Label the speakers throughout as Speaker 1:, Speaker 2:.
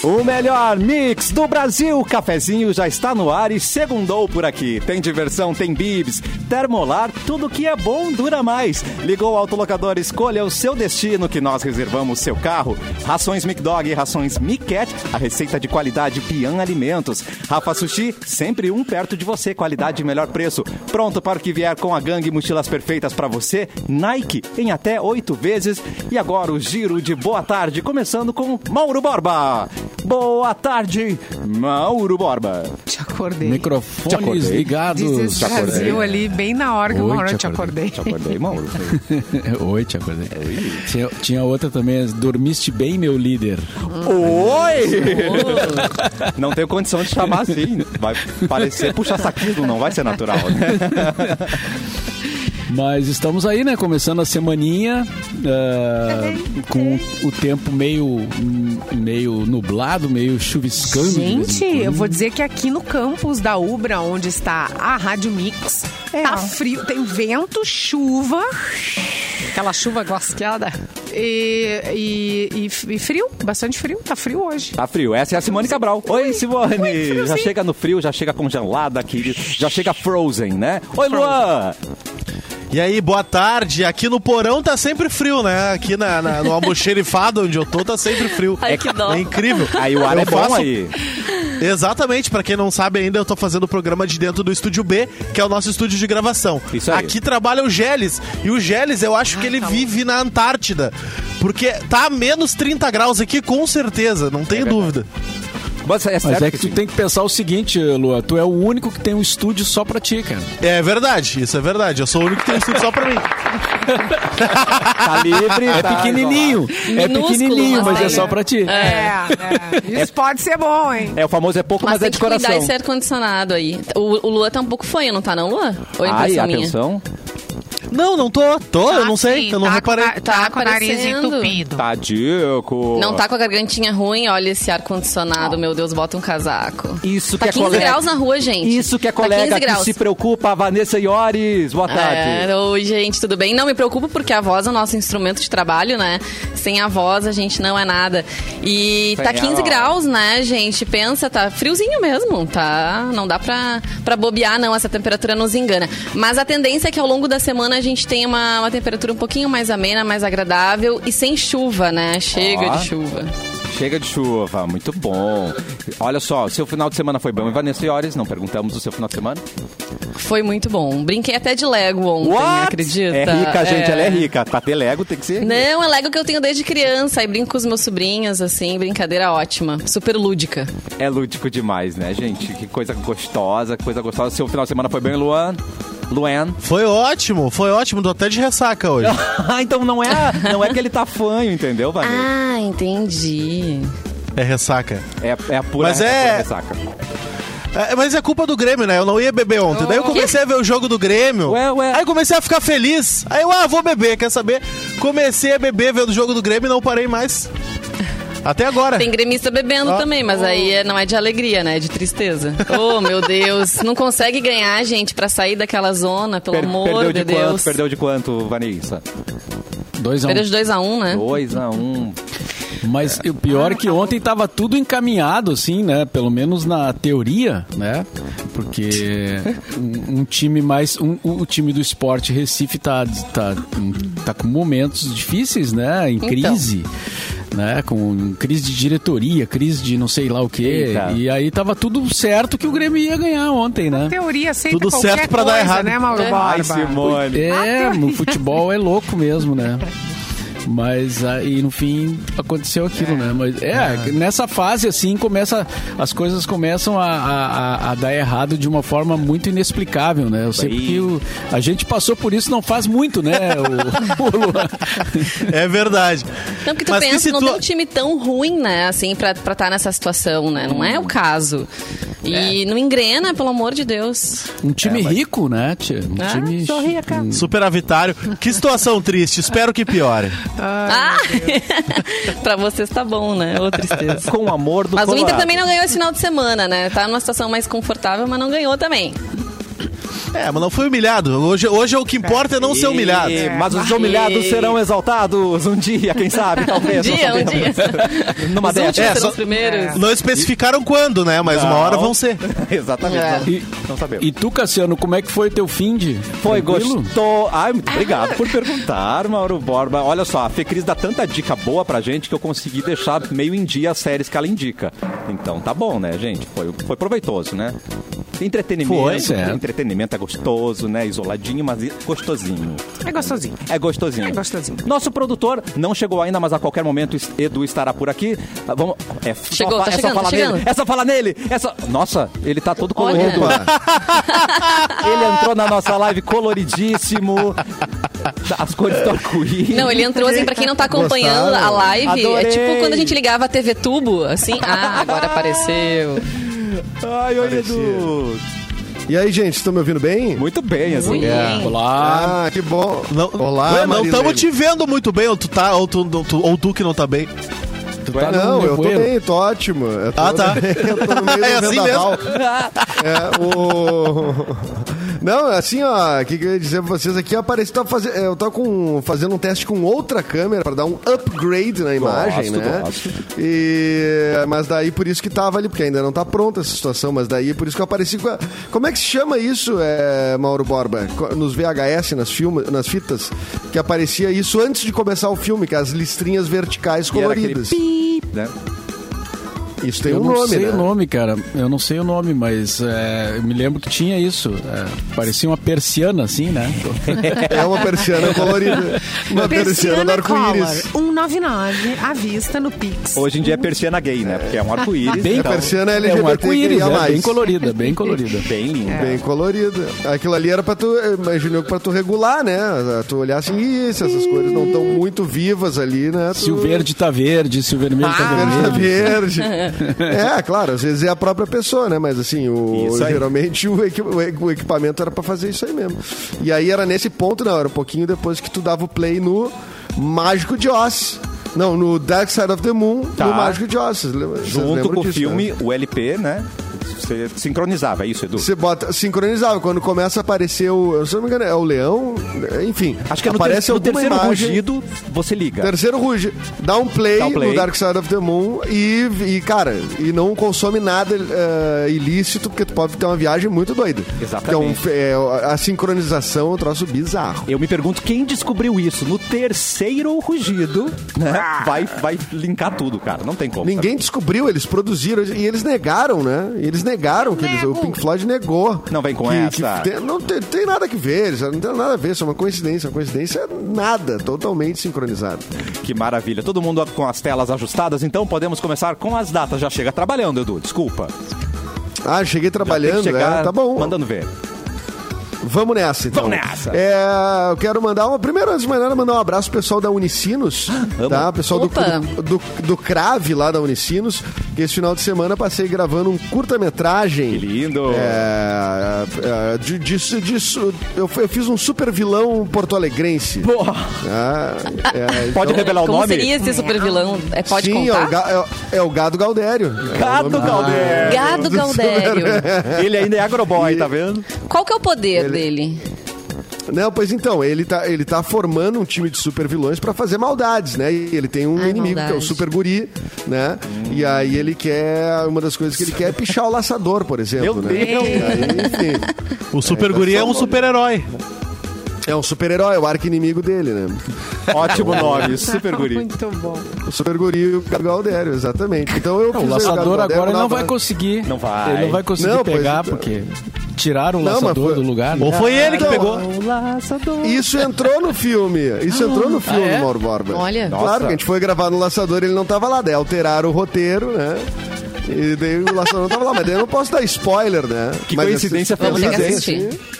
Speaker 1: O melhor mix do Brasil, cafezinho já está no ar e segundou por aqui. Tem diversão, tem bibs, termolar, tudo que é bom dura mais. Ligou o autolocador, escolha o seu destino que nós reservamos seu carro. Rações Mic Dog e rações Mic Cat, a receita de qualidade Pian Alimentos. Rafa Sushi, sempre um perto de você, qualidade e melhor preço. Pronto para o que vier com a gangue mochilas perfeitas para você. Nike em até oito vezes. E agora o giro de boa tarde, começando com Mauro Borba. Boa tarde, Mauro Borba.
Speaker 2: Te acordei.
Speaker 3: Microfones
Speaker 1: acordei.
Speaker 2: Diz
Speaker 3: ligados.
Speaker 2: esse Brasil ali, bem na hora que
Speaker 3: Oi,
Speaker 2: uma hora
Speaker 3: te
Speaker 2: eu te acordei.
Speaker 1: Te acordei, Mauro.
Speaker 3: Oi, te acordei. Tinha, tinha outra também. Dormiste bem, meu líder.
Speaker 1: Oi! Não tenho condição de chamar assim. Vai parecer puxa-saquismo, não vai ser natural. né?
Speaker 3: Mas estamos aí, né? Começando a semaninha
Speaker 2: É.
Speaker 3: ah, com o tempo meio, meio nublado, meio chuviscando. de vez em
Speaker 2: Gente,
Speaker 3: quando.
Speaker 2: eu vou dizer que aqui no campus da Ubra, onde está a Rádio Mix,
Speaker 4: É.
Speaker 2: tá frio, tem vento, chuva, aquela chuva guasqueada, e, e- e- e frio, bastante frio, tá frio hoje.
Speaker 1: Tá frio. Essa é a Simone Cabral. Oi, Simone!
Speaker 2: friozinho.
Speaker 5: assim?
Speaker 1: já chega no frio, já chega congelada, querido. Já chega frozen, né? Oi, Luan!
Speaker 6: E aí, boa tarde. Aqui no porão tá sempre frio, né? Aqui na, na- no almoxerifado onde eu tô tá sempre frio.
Speaker 5: Ai, que dó.
Speaker 6: É incrível.
Speaker 1: Aí o ar
Speaker 6: Eu
Speaker 1: é bom
Speaker 6: faço-
Speaker 1: aí.
Speaker 6: Exatamente, pra quem não sabe ainda, eu tô fazendo o programa de dentro do Estúdio B, que é o nosso estúdio de gravação.
Speaker 1: Isso aí.
Speaker 6: Aqui trabalha o Geles, e o Geles eu acho que ele vive na Antártida, porque tá a menos 30 graus aqui com certeza, não
Speaker 1: É
Speaker 6: tenho dúvida.
Speaker 1: Mas é
Speaker 3: Mas
Speaker 1: certo
Speaker 3: é que tu
Speaker 1: sim.
Speaker 3: tem que pensar o seguinte, Lua. Tu é o único que tem um estúdio só pra ti, cara.
Speaker 6: É verdade, isso é verdade. Eu sou o único que tem estúdio só pra mim.
Speaker 1: tá livre.
Speaker 3: É
Speaker 1: tá
Speaker 3: pequenininho. É
Speaker 5: Minúsculo,
Speaker 3: pequenininho,
Speaker 5: mas
Speaker 3: mas
Speaker 5: tem,
Speaker 3: é só
Speaker 5: né?
Speaker 3: pra ti.
Speaker 2: É, é. isso pode ser bom, hein?
Speaker 1: É, o famoso é pouco, mas,
Speaker 5: Mas,
Speaker 1: é
Speaker 5: tem
Speaker 1: de
Speaker 5: que
Speaker 1: coração.
Speaker 5: cuidar esse ar-condicionado aí. O, o Lua tá um pouco fanha, não tá não, Lua? Ou é
Speaker 1: Ai,
Speaker 5: impressão minha?
Speaker 1: atenção.
Speaker 6: Não, não tô, tô, Ah,
Speaker 2: Ah,
Speaker 6: eu não
Speaker 4: Tá
Speaker 6: sei,
Speaker 4: sim,
Speaker 6: eu não
Speaker 4: tá
Speaker 6: reparei.
Speaker 4: Com, tá,
Speaker 5: Tá
Speaker 4: com o nariz
Speaker 5: aparecendo.
Speaker 4: entupido.
Speaker 1: Tá dico.
Speaker 5: Não tá com a gargantinha ruim? Olha esse ar-condicionado, meu Deus, bota um casaco.
Speaker 1: Isso
Speaker 5: tá
Speaker 1: que é
Speaker 5: 15
Speaker 1: colega.
Speaker 5: graus na rua, gente.
Speaker 1: Isso que é
Speaker 5: Tá
Speaker 1: colega
Speaker 5: 15
Speaker 1: que
Speaker 5: graus.
Speaker 1: se preocupa, Vanessa Iores. Boa tarde.
Speaker 5: É, oi, gente, tudo bem? Não me preocupo porque a voz é o nosso instrumento de trabalho, né? Sem a voz a gente não é nada. E
Speaker 1: Sem
Speaker 5: tá
Speaker 1: a
Speaker 5: 15
Speaker 1: voz.
Speaker 5: graus, né, gente? Pensa, tá friozinho mesmo, tá? Não dá pra, pra bobear, não. Essa temperatura nos engana. Mas a tendência é que ao longo da semana a gente tenha uma, uma temperatura um pouquinho mais amena, mais agradável e sem chuva, né? Chega
Speaker 1: Ó.
Speaker 5: de chuva.
Speaker 1: Chega de chuva, muito bom. Olha só, seu final de semana foi bom. E Vanessa Iores, não perguntamos o seu final de semana.
Speaker 5: Foi muito bom. Brinquei até de Lego ontem, acredita?
Speaker 1: É rica, gente, ela é rica. Pra ter Lego tem que ser.
Speaker 5: Não, é Lego que eu tenho desde criança. Aí brinco com os meus sobrinhos, assim, brincadeira ótima. Super lúdica.
Speaker 1: É lúdico demais, né, gente? Que coisa gostosa, que coisa gostosa. Seu final de semana foi bem, Luan? Luan?
Speaker 6: Foi ótimo, foi ótimo, tô até de ressaca hoje.
Speaker 1: Ah, então não é, não é que ele tá fanho, entendeu, Vanessa?
Speaker 5: Ah, entendi.
Speaker 6: É ressaca.
Speaker 1: É, é a pura,
Speaker 6: Mas
Speaker 1: a pura
Speaker 6: é-
Speaker 1: ressaca.
Speaker 6: É, mas é culpa do Grêmio, né? Eu não ia beber ontem. Daí eu comecei a ver o jogo do Grêmio.
Speaker 1: Oh. Ué, ué.
Speaker 6: Aí comecei a ficar feliz. Aí eu, ah, vou beber, quer saber? Comecei a beber vendo o jogo do Grêmio e não parei mais. Até agora.
Speaker 5: Tem gremista bebendo
Speaker 6: Ah.
Speaker 5: também, mas aí é- não é de alegria, né? É de tristeza. Oh, meu Deus. Não consegue ganhar, gente, pra sair daquela zona, pelo
Speaker 1: Per-
Speaker 5: amor
Speaker 1: perdeu
Speaker 5: de,
Speaker 1: de
Speaker 5: Deus.
Speaker 1: quanto? Perdeu de quanto, Vanessa?
Speaker 3: Dois a um.
Speaker 5: Perdeu de 2 a 1 um, né?
Speaker 1: 2 a 1 um.
Speaker 3: Mas o pior é que ontem tava tudo encaminhado, assim, né? Pelo menos na teoria, né? Porque um, um time mais. Um, o time do esporte Recife tá, tá, tá com momentos difíceis, né? Em crise. Né, com crise de diretoria, crise de não sei lá o quê.
Speaker 1: Eita.
Speaker 3: E aí tava tudo certo que o Grêmio ia ganhar ontem, né?
Speaker 2: Teoria aceita
Speaker 6: Tudo
Speaker 2: qualquer
Speaker 6: certo pra dar
Speaker 2: coisa,
Speaker 6: errado.
Speaker 2: né, Mauro
Speaker 5: É.
Speaker 1: Ai,
Speaker 2: Borba?
Speaker 1: Simone.
Speaker 3: É, o futebol é louco mesmo, né? Mas aí no fim aconteceu aquilo, né? Mas é, nessa fase assim começa as coisas começam a, a- a- a dar errado de uma forma muito inexplicável, né? Eu sei
Speaker 1: Aí.
Speaker 3: que o- a gente passou por isso não faz muito, né? O, o Luan.
Speaker 6: É verdade.
Speaker 5: Não, porque Então, tu
Speaker 6: Mas que
Speaker 5: pensa, não
Speaker 6: situa-
Speaker 5: tem um time tão ruim, né, assim, pra estar nessa situação, né? Não é o caso.
Speaker 1: É.
Speaker 5: E não engrena, pelo amor de Deus.
Speaker 3: Um time rico, né, tia? Um
Speaker 5: Ah,
Speaker 3: time
Speaker 5: sou rica.
Speaker 6: Superavitário. Que situação triste. Espero que piore.
Speaker 5: Ah! pra vocês tá bom, né? Ô, tristeza.
Speaker 1: Com o amor do
Speaker 5: Mas o Inter
Speaker 1: Colorado.
Speaker 5: também não ganhou esse final de semana, né? Tá numa situação mais confortável, mas não ganhou também.
Speaker 6: É, mas não foi humilhado. Hoje, hoje é o que importa é não ser humilhado.
Speaker 1: E- Mas os humilhados serão exaltados um dia, quem sabe,
Speaker 5: Um
Speaker 1: talvez. não
Speaker 5: dia, um
Speaker 1: sabemos.
Speaker 5: dia. um
Speaker 1: Numa
Speaker 5: Os
Speaker 1: dessas.
Speaker 5: últimos
Speaker 6: É,
Speaker 5: serão
Speaker 6: só-
Speaker 5: os primeiros.
Speaker 6: Não especificaram quando, né? Mas uma hora vão ser.
Speaker 1: Exatamente.
Speaker 5: É.
Speaker 1: não-
Speaker 3: E,
Speaker 1: Não sabemos.
Speaker 3: e tu, Cassiano, como é que foi teu fim de?
Speaker 1: Foi
Speaker 3: Tranquilo?
Speaker 1: gostoso. Ai, muito obrigado por perguntar, Mauro Borba. Olha só, a Fecris dá tanta dica boa pra gente que eu consegui deixar meio em dia as séries que ela indica. Então tá bom, né, gente? Foi, foi proveitoso, né? Entretenimento.
Speaker 3: Foi, certo.
Speaker 1: entretenimento é gostoso, né? Isoladinho, mas gostosinho.
Speaker 2: É gostosinho.
Speaker 1: É gostosinho.
Speaker 2: É gostosinho.
Speaker 1: Nosso produtor não chegou ainda, mas a qualquer momento es- Edu estará por aqui. Ah, Vamos. É, só
Speaker 5: Chegou,
Speaker 1: fa- é
Speaker 5: tá
Speaker 1: só
Speaker 5: chegando,
Speaker 1: falar
Speaker 5: tá chegando.
Speaker 1: nele. É só falar nele. É só- Nossa, ele tá todo
Speaker 5: Olha.
Speaker 1: colorido. Ele entrou na nossa live coloridíssimo. As cores do arco-íris.
Speaker 5: Não, ele entrou assim, pra quem não tá acompanhando a
Speaker 6: Gostaram?
Speaker 5: live, é
Speaker 1: Adorei.
Speaker 5: tipo quando a gente ligava a TV tubo, assim, ah, agora apareceu.
Speaker 1: Ai, oi, Edu.
Speaker 4: E aí, gente, estão me ouvindo bem?
Speaker 1: Muito bem, assim, Edu.
Speaker 5: Muito
Speaker 1: É.
Speaker 5: bem.
Speaker 3: Olá.
Speaker 4: Ah, que bom.
Speaker 6: Não,
Speaker 4: Olá,
Speaker 6: Ué, não
Speaker 4: Marilene.
Speaker 6: estamos te vendo muito bem, ou tu, tá, ou, tu, ou tu- ou tu que não tá bem.
Speaker 3: Tu tá
Speaker 4: Não,
Speaker 3: no
Speaker 4: eu tô
Speaker 3: nevoeiro.
Speaker 4: bem, tô ótimo. Eu tô
Speaker 6: Ah, tá.
Speaker 4: bem, eu tô no meio do
Speaker 6: É assim
Speaker 4: vendaval. É, o... Não, assim, ó, o que, que eu ia dizer pra vocês aqui, ó, parece que tá faze- eu tô com, fazendo um teste com outra câmera pra dar um upgrade na imagem,
Speaker 1: Gosto,
Speaker 4: né?
Speaker 1: gosto.
Speaker 4: E... Mas daí por isso que tava ali, porque ainda não tá pronta essa situação, mas daí por isso que eu apareci com a... Como é que se chama isso, é, Mauro Borba? Co- Nos VHS, nas, filme... nas fitas, que aparecia isso antes de começar o filme, que é as listrinhas verticais
Speaker 1: E era aquele
Speaker 4: coloridas.
Speaker 1: pi, né?
Speaker 4: Isso tem
Speaker 3: eu
Speaker 4: um
Speaker 3: não
Speaker 4: nome,
Speaker 3: sei
Speaker 4: né?
Speaker 3: o nome, cara. Eu não sei o nome, mas é, eu me lembro que tinha isso. É, parecia uma persiana, assim, né?
Speaker 4: É uma persiana colorida. Uma persiana é do
Speaker 2: Persiana Collar,
Speaker 4: arco-íris.
Speaker 2: 199, à vista no Pix.
Speaker 1: Hoje em dia é persiana gay, né? Porque é um arco-íris.
Speaker 3: Bem,
Speaker 4: É persiana
Speaker 3: é um
Speaker 4: LGBT
Speaker 3: arco-íris, é,
Speaker 4: mais.
Speaker 3: bem colorida, bem colorida.
Speaker 1: Bem lindo.
Speaker 4: Bem colorida. Aquilo ali era pra tu, eu imagino que pra tu regular, né? Tu olhar assim, "Ih, se essas cores não estão muito vivas ali, né? Tu...
Speaker 3: Se o verde tá verde, se o vermelho tá
Speaker 4: verde tá
Speaker 3: vermelho.
Speaker 4: verde. é, claro, às vezes é a própria pessoa, né? Mas assim, o,
Speaker 1: Isso aí.
Speaker 4: geralmente o, equi- o equi- o equipamento era pra fazer isso aí mesmo. E aí era nesse ponto, não, era um pouquinho depois que tu dava o play no Mágico de Oz. Não, no Dark Side of the Moon,
Speaker 1: Tá.
Speaker 4: no Mágico de Oz. Vocês lembram- vocês
Speaker 1: Junto
Speaker 4: lembram
Speaker 1: com o
Speaker 4: disso, né?
Speaker 1: filme, o LP, né? Você sincronizava, é isso, Edu?
Speaker 4: Você bota, sincronizava. Quando começa a aparecer o. Se eu não me engano, é o leão. Enfim.
Speaker 1: Acho que é no, ter,
Speaker 4: aparece
Speaker 1: no
Speaker 4: alguma
Speaker 1: terceiro
Speaker 4: imagem.
Speaker 1: rugido, você liga.
Speaker 4: Terceiro rugido. Dá um play,
Speaker 1: Dá um play.
Speaker 4: no Dark Side of the Moon e, e, cara, e não consome nada eh, ilícito, porque tu pode ter uma viagem muito doida.
Speaker 1: Exatamente.
Speaker 4: Então, é, a sincronização é um troço bizarro.
Speaker 1: Eu me pergunto quem descobriu isso. No terceiro rugido, né? Vai, vai linkar tudo, cara. Não tem como.
Speaker 4: Ah! Ninguém descobriu, eles produziram e eles negaram, né? Eles negaram que eles, o
Speaker 2: Nego.
Speaker 4: Pink Floyd negou.
Speaker 1: Não vem com
Speaker 4: que-
Speaker 1: essa.
Speaker 4: que tem- não tem, tem nada que ver, isso não tem nada a ver, isso é uma coincidência, uma coincidência nada, totalmente sincronizado.
Speaker 1: Que maravilha. Todo mundo com as telas ajustadas, então podemos começar com as datas. Já chega trabalhando, Edu. Desculpa.
Speaker 4: Ah,
Speaker 1: Tem que
Speaker 4: cheguei trabalhando,
Speaker 1: chegar
Speaker 4: é, tá bom.
Speaker 1: Mandando ver.
Speaker 4: Vamos nessa, então.
Speaker 1: Vamos nessa.
Speaker 4: É, eu quero mandar uma. Primeiro, antes de mais nada, mandar um abraço pro pessoal da Unicinos. tá? Pessoal do,
Speaker 5: Opa.
Speaker 4: do, do, do Crave lá da Unicinos. Que esse final de semana passei gravando um curta-metragem.
Speaker 1: Que lindo.
Speaker 4: É, é, de, de, de, eu, f- eu fiz um super vilão porto-alegrense. Ah, é,
Speaker 1: Pode
Speaker 4: então-
Speaker 1: revelar o
Speaker 5: Como
Speaker 1: nome?
Speaker 5: seria esse super vilão? É, pode
Speaker 4: Sim, é o,
Speaker 5: contar?
Speaker 4: ga- é o- é o Gado Galdério. Ah,
Speaker 1: Gado Galdério.
Speaker 5: Gado Galdério.
Speaker 1: Ele ainda é agroboy, tá vendo?
Speaker 5: Qual que é o poder dele?
Speaker 4: Não, pois então, ele tá, ele tá formando um time de super vilões pra fazer maldades, né? E ele tem um
Speaker 5: Ai,
Speaker 4: inimigo que é o
Speaker 5: maldade.
Speaker 4: super guri, né? E aí ele quer. Uma das coisas que ele quer é pichar o laçador, por exemplo.
Speaker 1: Meu
Speaker 4: né?
Speaker 1: Deus.
Speaker 4: E aí, enfim,
Speaker 6: O Super Guri é um super-herói.
Speaker 4: é um super-herói, é o arco inimigo dele, né?
Speaker 1: Ótimo nome.
Speaker 5: Tá
Speaker 1: Super guri.
Speaker 2: Muito bom.
Speaker 4: O super guri o Gabriel Aldério, exatamente. Então eu
Speaker 3: Não, o
Speaker 4: fiz aí
Speaker 3: laçador
Speaker 4: Gabriel Aldério,
Speaker 3: agora ele não
Speaker 4: mandava-
Speaker 3: vai conseguir.
Speaker 1: Não vai.
Speaker 3: Ele não vai conseguir
Speaker 4: Não, pois
Speaker 3: pegar,
Speaker 4: então.
Speaker 3: porque tiraram o
Speaker 4: Não, mas
Speaker 3: laçador
Speaker 4: foi-
Speaker 3: do lugar. né?
Speaker 6: Ou foi ele que
Speaker 4: Então,
Speaker 6: pegou.
Speaker 4: Isso entrou no filme. Isso entrou no filme,
Speaker 3: é?
Speaker 4: Mauro Borba.
Speaker 5: Ah, Olha.
Speaker 4: Claro
Speaker 1: Nossa.
Speaker 4: que a gente foi gravar no Laçador ele não tava lá. Daí alteraram o roteiro, né? E daí o Laçador não tava lá. Mas daí eu não posso dar spoiler, né?
Speaker 1: Que
Speaker 4: Mas
Speaker 1: coincidência
Speaker 4: assim,
Speaker 5: Vamos ter que
Speaker 1: feliz, hein?
Speaker 5: assistir.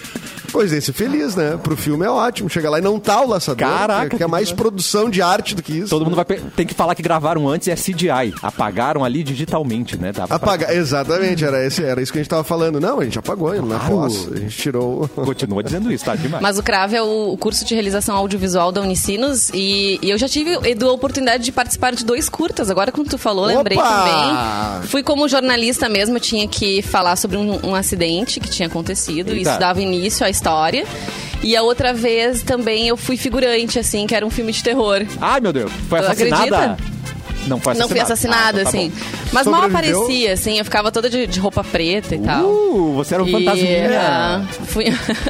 Speaker 4: Coincidência feliz, né? Pro filme é ótimo. Chega lá e não tá o laçador.
Speaker 1: Caraca,
Speaker 4: Que é mais produção de arte do que isso.
Speaker 1: Todo mundo vai pe- tem que falar que gravaram antes e é CGI. Apagaram ali digitalmente, né? Dá pra-
Speaker 4: Apagar, exatamente, era, esse, era isso que a gente tava falando. Não, a gente apagou na
Speaker 1: Claro.
Speaker 4: pós, a gente tirou. o-
Speaker 1: Continua dizendo isso, tá demais.
Speaker 5: Mas o CRAV é o o curso de realização audiovisual da Unicinos e, e eu já tive, Edu, a oportunidade de participar de dois curtas. Agora, quando tu falou, lembrei
Speaker 4: Opa!
Speaker 5: também. Fui como jornalista mesmo, eu tinha que falar sobre um, um acidente que tinha acontecido.
Speaker 1: Eita.
Speaker 5: Isso dava início à história. E a outra vez também eu fui figurante, assim, que era um filme de terror.
Speaker 1: Ai, meu Deus. Foi
Speaker 5: Tu
Speaker 1: assassinada? Não foi assassinada.
Speaker 5: Não fui assassinada,
Speaker 1: Ah, então tá
Speaker 5: assim.
Speaker 1: bom.
Speaker 5: Mas mal
Speaker 4: Sobreviveu?
Speaker 5: aparecia, assim, eu ficava toda de, de roupa preta e tal.
Speaker 1: Uh, você era um
Speaker 5: E, ah,
Speaker 1: fantasminha.
Speaker 5: fui-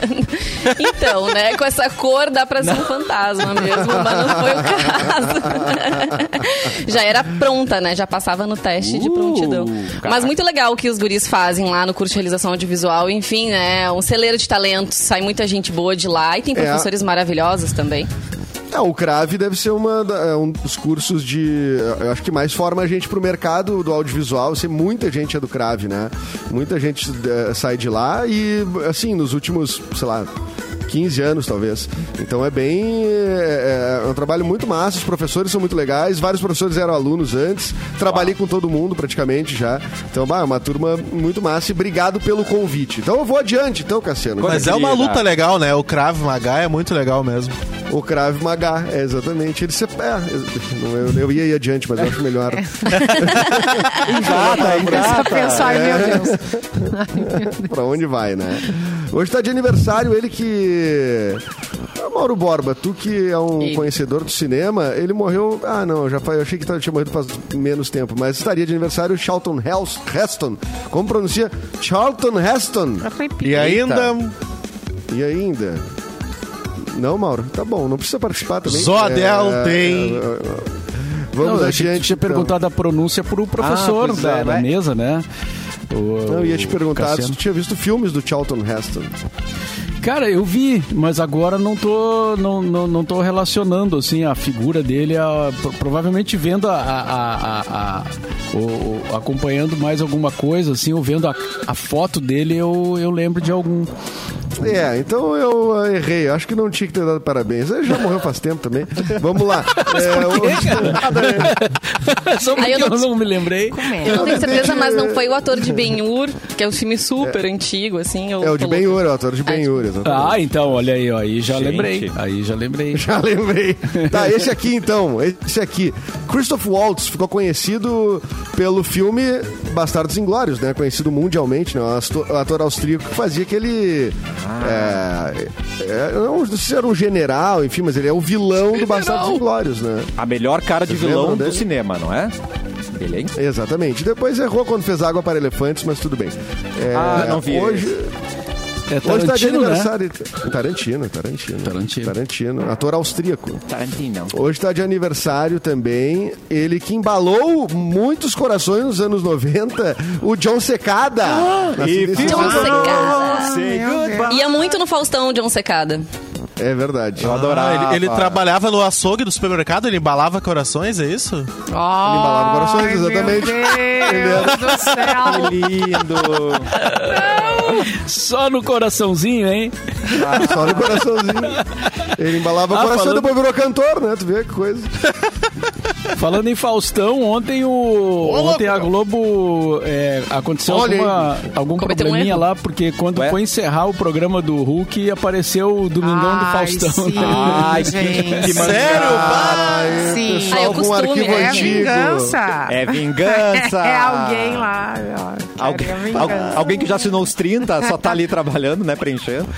Speaker 5: então, né? Com essa cor dá pra ser um fantasma mesmo, mas não foi o caso. Já era pronta, né? Já passava no teste de
Speaker 1: Uh,
Speaker 5: prontidão. Mas
Speaker 1: caraca.
Speaker 5: muito legal o que os guris fazem lá no curso de realização audiovisual. Enfim, né? Um celeiro de talentos. Sai muita gente boa de lá e
Speaker 1: É.
Speaker 5: tem professores maravilhosos também.
Speaker 4: Ah, o CRAV deve ser uma, da- é um dos cursos de. é, Eu acho que mais forma a gente pro mercado do audiovisual. Assim, muita gente é do CRAV, né? Muita gente eh, sai de lá e, assim, nos últimos, sei lá. 15 anos, talvez. Então é bem. É, é um trabalho muito massa, os professores são muito legais, vários professores eram alunos antes, trabalhei com todo mundo praticamente já. Então, bah, é uma turma muito massa e obrigado pelo convite. Então eu vou adiante, então, Cassiano.
Speaker 6: Mas é uma luta legal, né? O Krav Maga é muito legal mesmo.
Speaker 4: O Krav Maga, é, exatamente. Ele se... é, não, eu, eu ia ir adiante, mas eu acho melhor.
Speaker 1: Engata,
Speaker 2: Ah, Começa a
Speaker 1: engata.
Speaker 2: pensar, ai meu Deus.
Speaker 4: pra onde vai, né? Hoje tá de aniversário, ele que. Ah, Mauro Borba, tu que é um conhecedor do cinema, ele morreu. Ah, não, já fa- eu achei que tava- tinha morrido faz menos tempo, mas estaria de aniversário o Charlton Hels- Heston. Como pronuncia? Charlton Heston.
Speaker 6: E ainda,
Speaker 4: E ainda. Não, Mauro, tá bom, não precisa participar também.
Speaker 6: Zodel
Speaker 4: É,
Speaker 6: tem.
Speaker 4: é, é, Vamos
Speaker 3: Não, eu tinha-
Speaker 4: adiante.
Speaker 3: tinha
Speaker 4: então.
Speaker 3: perguntado a pronúncia pro professor
Speaker 4: pois
Speaker 3: da,
Speaker 4: é,
Speaker 3: da
Speaker 4: né?
Speaker 3: mesa, né? O-
Speaker 4: Não, eu ia te
Speaker 3: o
Speaker 4: perguntar se
Speaker 3: Cassiano.
Speaker 4: tu tinha visto filmes do Charlton Heston.
Speaker 3: Cara, eu vi, mas agora não tô, não, não, não tô relacionando assim a figura dele, a- pro- provavelmente vendo a, a, a- a- a- o- o- acompanhando mais alguma coisa, assim, ou vendo a, a foto dele, eu, eu lembro de algum.
Speaker 4: É, então eu ah, errei. Acho que não tinha que ter dado parabéns. Ele já morreu faz tempo também. Vamos lá. É, hoje- né?
Speaker 3: Só porque
Speaker 5: eu
Speaker 3: eu
Speaker 5: não
Speaker 3: não, é? me lembrei.
Speaker 1: É.
Speaker 5: Eu não tenho certeza,
Speaker 4: deixa-
Speaker 5: mas não foi o ator de Ben-Hur, que é um filme super antigo, assim. eu
Speaker 4: É o de
Speaker 5: tô
Speaker 4: Ben
Speaker 5: louca.
Speaker 4: Hur, é o ator de Ben Hur. exatamente.
Speaker 3: Ah, então, olha aí, ó, aí já
Speaker 1: Gente.
Speaker 3: lembrei. Aí já lembrei.
Speaker 4: Já lembrei. Tá, esse aqui então, esse aqui. Christoph Waltz ficou conhecido pelo filme Bastardos Inglórios, né? Conhecido mundialmente, né? Um asto- um ator austríaco que fazia aquele. É, é, eu não sei se era um general, enfim, mas ele é o vilão do Bastardos Inglórios, né?
Speaker 1: A melhor cara de
Speaker 4: Vocês
Speaker 1: vilão
Speaker 4: lembram
Speaker 1: do
Speaker 4: dele?
Speaker 1: cinema, não é? Ele é incrível.
Speaker 4: Exatamente. Depois errou quando fez água para elefantes, mas tudo bem. É,
Speaker 1: Ah, não vi
Speaker 4: Hoje,
Speaker 3: É
Speaker 4: hoje tá de
Speaker 3: Tarantino, né?
Speaker 4: aniversário. Tarantino, Tarantino.
Speaker 3: Tarantino.
Speaker 4: Tarantino, ator austríaco.
Speaker 1: Tarantino.
Speaker 4: Hoje tá de aniversário também. Ele que embalou muitos corações nos anos 90, o John Secada.
Speaker 3: Ah,
Speaker 4: Ah, Nascido em
Speaker 1: if you
Speaker 4: 60.
Speaker 5: John Secada.
Speaker 1: Say goodbye.
Speaker 5: Ia muito no Faustão, John Secada.
Speaker 4: É verdade.
Speaker 1: Eu adorava.
Speaker 6: Ah, ele, ele trabalhava no açougue do supermercado, ele embalava corações, é isso?
Speaker 2: Ele
Speaker 4: embalava corações, exatamente.
Speaker 2: Meu Deus do céu.
Speaker 1: Lindo.
Speaker 3: Só no coraçãozinho, hein?
Speaker 4: Ah, Só no coraçãozinho. Ele embalava o
Speaker 3: Ah,
Speaker 4: coração e
Speaker 3: falando-
Speaker 4: depois virou cantor, né? Tu vê que coisa.
Speaker 3: Falando em Faustão, ontem o ontem a Globo é, aconteceu
Speaker 4: Olha
Speaker 3: alguma, algum
Speaker 5: Cometeu um
Speaker 3: probleminha
Speaker 5: erro.
Speaker 3: lá porque quando
Speaker 1: Ué?
Speaker 3: foi encerrar o programa do Hulk apareceu o Domingão
Speaker 2: Ai,
Speaker 3: do Faustão.
Speaker 2: sim,
Speaker 1: Ai, que-
Speaker 2: gente.
Speaker 1: que
Speaker 6: Sério?
Speaker 4: Ai,
Speaker 2: Sim.
Speaker 4: pessoal
Speaker 5: Ah, é o
Speaker 4: com
Speaker 5: costume,
Speaker 4: arquivo
Speaker 5: né?
Speaker 2: É
Speaker 4: antigo.
Speaker 2: vingança.
Speaker 1: É vingança.
Speaker 2: É alguém lá. ó,
Speaker 1: Algu-
Speaker 2: que é
Speaker 1: al-
Speaker 2: vingança.
Speaker 1: alguém que já assinou os 30, só tá ali trabalhando, né? Preenchendo.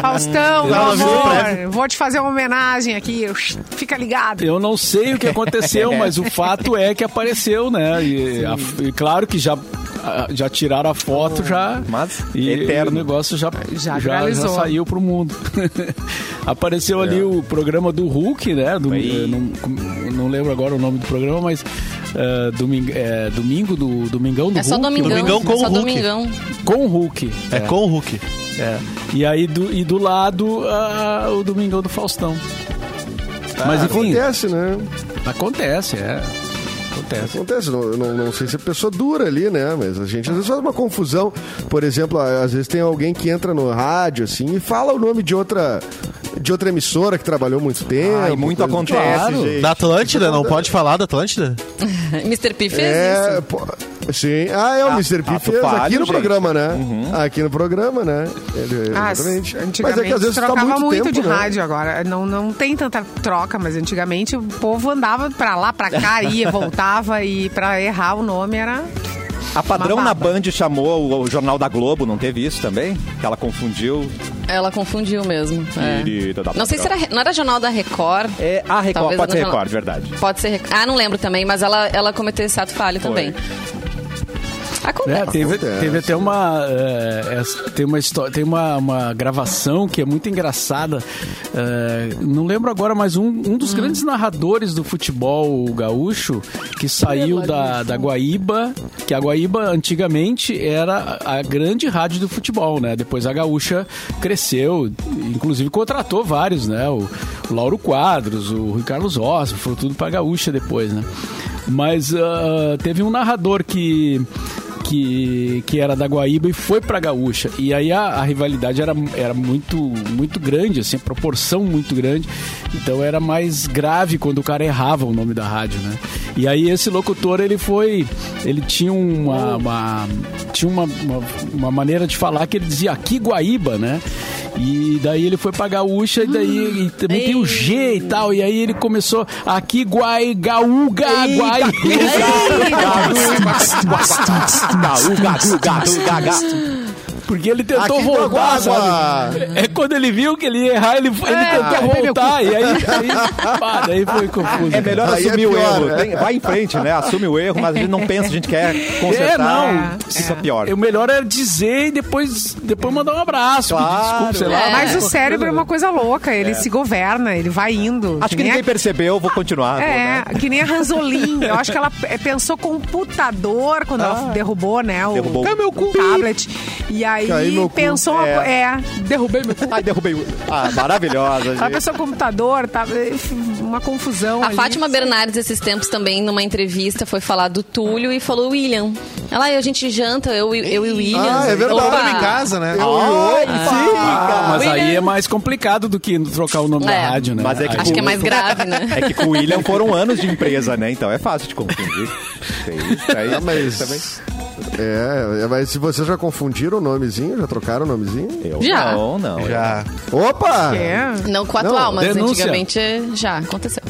Speaker 2: Faustão, meu
Speaker 6: Não, não,
Speaker 2: amor, vou te fazer uma homenagem aqui. Fica ligado.
Speaker 3: Eu não sei o que aconteceu, mas o fato é que apareceu, né? E, a- e claro que já a- já tiraram a foto já
Speaker 1: Mas
Speaker 3: e
Speaker 1: eterno.
Speaker 3: o negócio já
Speaker 2: Já
Speaker 3: já, já,
Speaker 2: viralizou.
Speaker 3: saiu pro mundo. apareceu ali o programa do Hulk, né? Do,
Speaker 1: Aí.
Speaker 3: eh, não, com- não lembro agora o nome do programa, mas eh, doming- eh, domingo do domingão do
Speaker 5: É só
Speaker 3: Hulk,
Speaker 5: Domingão.
Speaker 6: Domingão com
Speaker 5: é só
Speaker 6: o Hulk.
Speaker 5: Domingão.
Speaker 3: com o Hulk.
Speaker 6: É, com o Hulk.
Speaker 3: É. E aí do, e do lado ah, o Domingão do Ah, Faustão. Mas enfim,
Speaker 4: Acontece, né?
Speaker 3: acontece, é. Acontece.
Speaker 4: Acontece, não, não, não sei se a pessoa dura ali, né? Mas a gente às vezes faz uma confusão. Por exemplo, a- às vezes tem alguém que entra no rádio, assim, e fala o nome de outra, de outra emissora que trabalhou muito tempo.
Speaker 1: Ai, muito
Speaker 4: coisa do tipo.
Speaker 1: acontece,
Speaker 3: Claro.
Speaker 1: gente.
Speaker 6: Da Atlântida? Não pode falar da Atlântida?
Speaker 5: Mr. P fez isso.
Speaker 4: É, pô, sim. Ah, é o
Speaker 1: Ah,
Speaker 4: Mr. P
Speaker 1: ah, tu
Speaker 4: fez
Speaker 1: falha,
Speaker 4: aqui no
Speaker 1: gente. Uhum.
Speaker 4: programa, né? Aqui no programa, né? Ele,
Speaker 2: Ah,
Speaker 4: exatamente.
Speaker 2: antigamente
Speaker 4: Mas é que às vezes tu tá
Speaker 2: trocava
Speaker 4: muito,
Speaker 2: muito,
Speaker 4: tempo,
Speaker 2: de
Speaker 4: né?
Speaker 2: rádio agora. Não, não tem tanta troca, mas antigamente o povo andava pra lá, pra cá, ia, voltava e pra errar o nome era.
Speaker 1: A padrão
Speaker 2: Uma
Speaker 1: na
Speaker 2: baba.
Speaker 1: Band chamou o, o Jornal da Globo, não teve isso também? Que ela confundiu.
Speaker 5: Ela confundiu mesmo. é.
Speaker 1: Querida da
Speaker 5: Não sei se
Speaker 1: patroa.
Speaker 5: era, não era Jornal da Record.
Speaker 1: É, a Record,
Speaker 5: Talvez
Speaker 1: pode
Speaker 5: era
Speaker 1: ser
Speaker 5: jornal-
Speaker 1: Record, verdade.
Speaker 5: Pode ser Record. Ah, não lembro também, mas ela, ela cometeu esse ato falho também.
Speaker 3: É,
Speaker 5: Acontece.
Speaker 3: teve,
Speaker 4: Acontece.
Speaker 3: teve até uma é, essa- tem uma história, tem uma, uma gravação que é muito engraçada. É, não lembro agora, mas um, um dos grandes narradores do futebol gaúcho que saiu da, da Guaíba, que a Guaíba antigamente era a grande rádio do futebol, né? Depois a Gaúcha cresceu, inclusive contratou vários, né? O, o Lauro Quadros, o Rui Carlos Osso, foi tudo pra Gaúcha depois, né? Mas ah, teve um narrador que que, que era da Guaíba e foi pra Gaúcha. E aí a, a rivalidade era, era muito, muito grande, assim, a proporção muito grande. Então era mais grave quando o cara errava o nome da rádio, né? E aí esse locutor, ele foi... Ele tinha uma... uma- tinha uma, uma, uma maneira de falar que ele dizia aqui Guaíba, né? E daí ele foi pra Gaúcha e daí e também tem o G e tal. E aí ele começou aqui Guai, Gaú, Ga, Guai. É.
Speaker 1: Gaú, gadu, gadu, gaga.
Speaker 3: Porque ele tentou
Speaker 4: Aqui
Speaker 3: voltar,
Speaker 4: jogou água.
Speaker 3: sabe? É quando ele viu que ele ia errar, ele, ele
Speaker 1: É,
Speaker 3: tentou
Speaker 2: arrependeu.
Speaker 3: voltar. E aí, aí, pá, daí foi confuso.
Speaker 1: É melhor
Speaker 4: Aí é
Speaker 1: assumir o
Speaker 4: pior,
Speaker 1: erro.
Speaker 4: né?
Speaker 1: Tem- vai em frente, né? Assume o erro, mas a gente não pensa, a gente quer consertar.
Speaker 3: É, não.
Speaker 1: Isso é, pior.
Speaker 3: O melhor era dizer e depois, depois mandar um abraço,
Speaker 1: Claro.
Speaker 3: pedir desculpa, sei lá.
Speaker 5: É.
Speaker 2: Mas o cérebro é uma coisa louca, ele se governa, ele vai indo.
Speaker 1: Acho que
Speaker 2: nem
Speaker 1: ninguém percebeu, vou continuar.
Speaker 2: É,
Speaker 1: vou, né?
Speaker 2: que nem a Ranzolin. Eu acho que ela é, pensou computador quando
Speaker 4: Ah.
Speaker 2: ela derrubou, né? O,
Speaker 1: Derrubou.
Speaker 2: o tablet. E
Speaker 4: Caiu
Speaker 2: aí
Speaker 4: meu cu.
Speaker 2: pensou. uma co- É. derrubei meu cu.
Speaker 1: Ai, derrubei o. Ah, maravilhosa,
Speaker 2: Ela
Speaker 1: gente.
Speaker 2: pensou computador, tá, uma confusão.
Speaker 5: A
Speaker 2: ali.
Speaker 5: Fátima Bernardes, esses tempos também, numa entrevista, foi falar do Túlio e falou William. Ela, "Ai, a gente janta, eu, e- eu e o William.
Speaker 4: Ah, é verdade.
Speaker 5: Opa.
Speaker 6: Dorme em casa, né?
Speaker 1: Ai, sim,
Speaker 3: Ah,
Speaker 1: cara.
Speaker 3: mas aí é mais complicado do que trocar o nome
Speaker 5: É.
Speaker 3: da rádio, né?
Speaker 1: Mas é que
Speaker 3: Aí-
Speaker 5: Acho que é mais grave, né?
Speaker 1: É que com o William foram anos de empresa, né? Então é fácil de confundir. Tem isso aí,
Speaker 4: Ah, mas-
Speaker 1: também.
Speaker 4: É, é, mas se vocês já confundiram o nomezinho, já trocaram o nomezinho?
Speaker 1: Eu
Speaker 5: Já.
Speaker 1: não, não.
Speaker 6: Já.
Speaker 4: Opa!
Speaker 2: É.
Speaker 5: Não com
Speaker 4: Não,
Speaker 5: atual, mas
Speaker 3: denúncia.
Speaker 5: antigamente é, já aconteceu.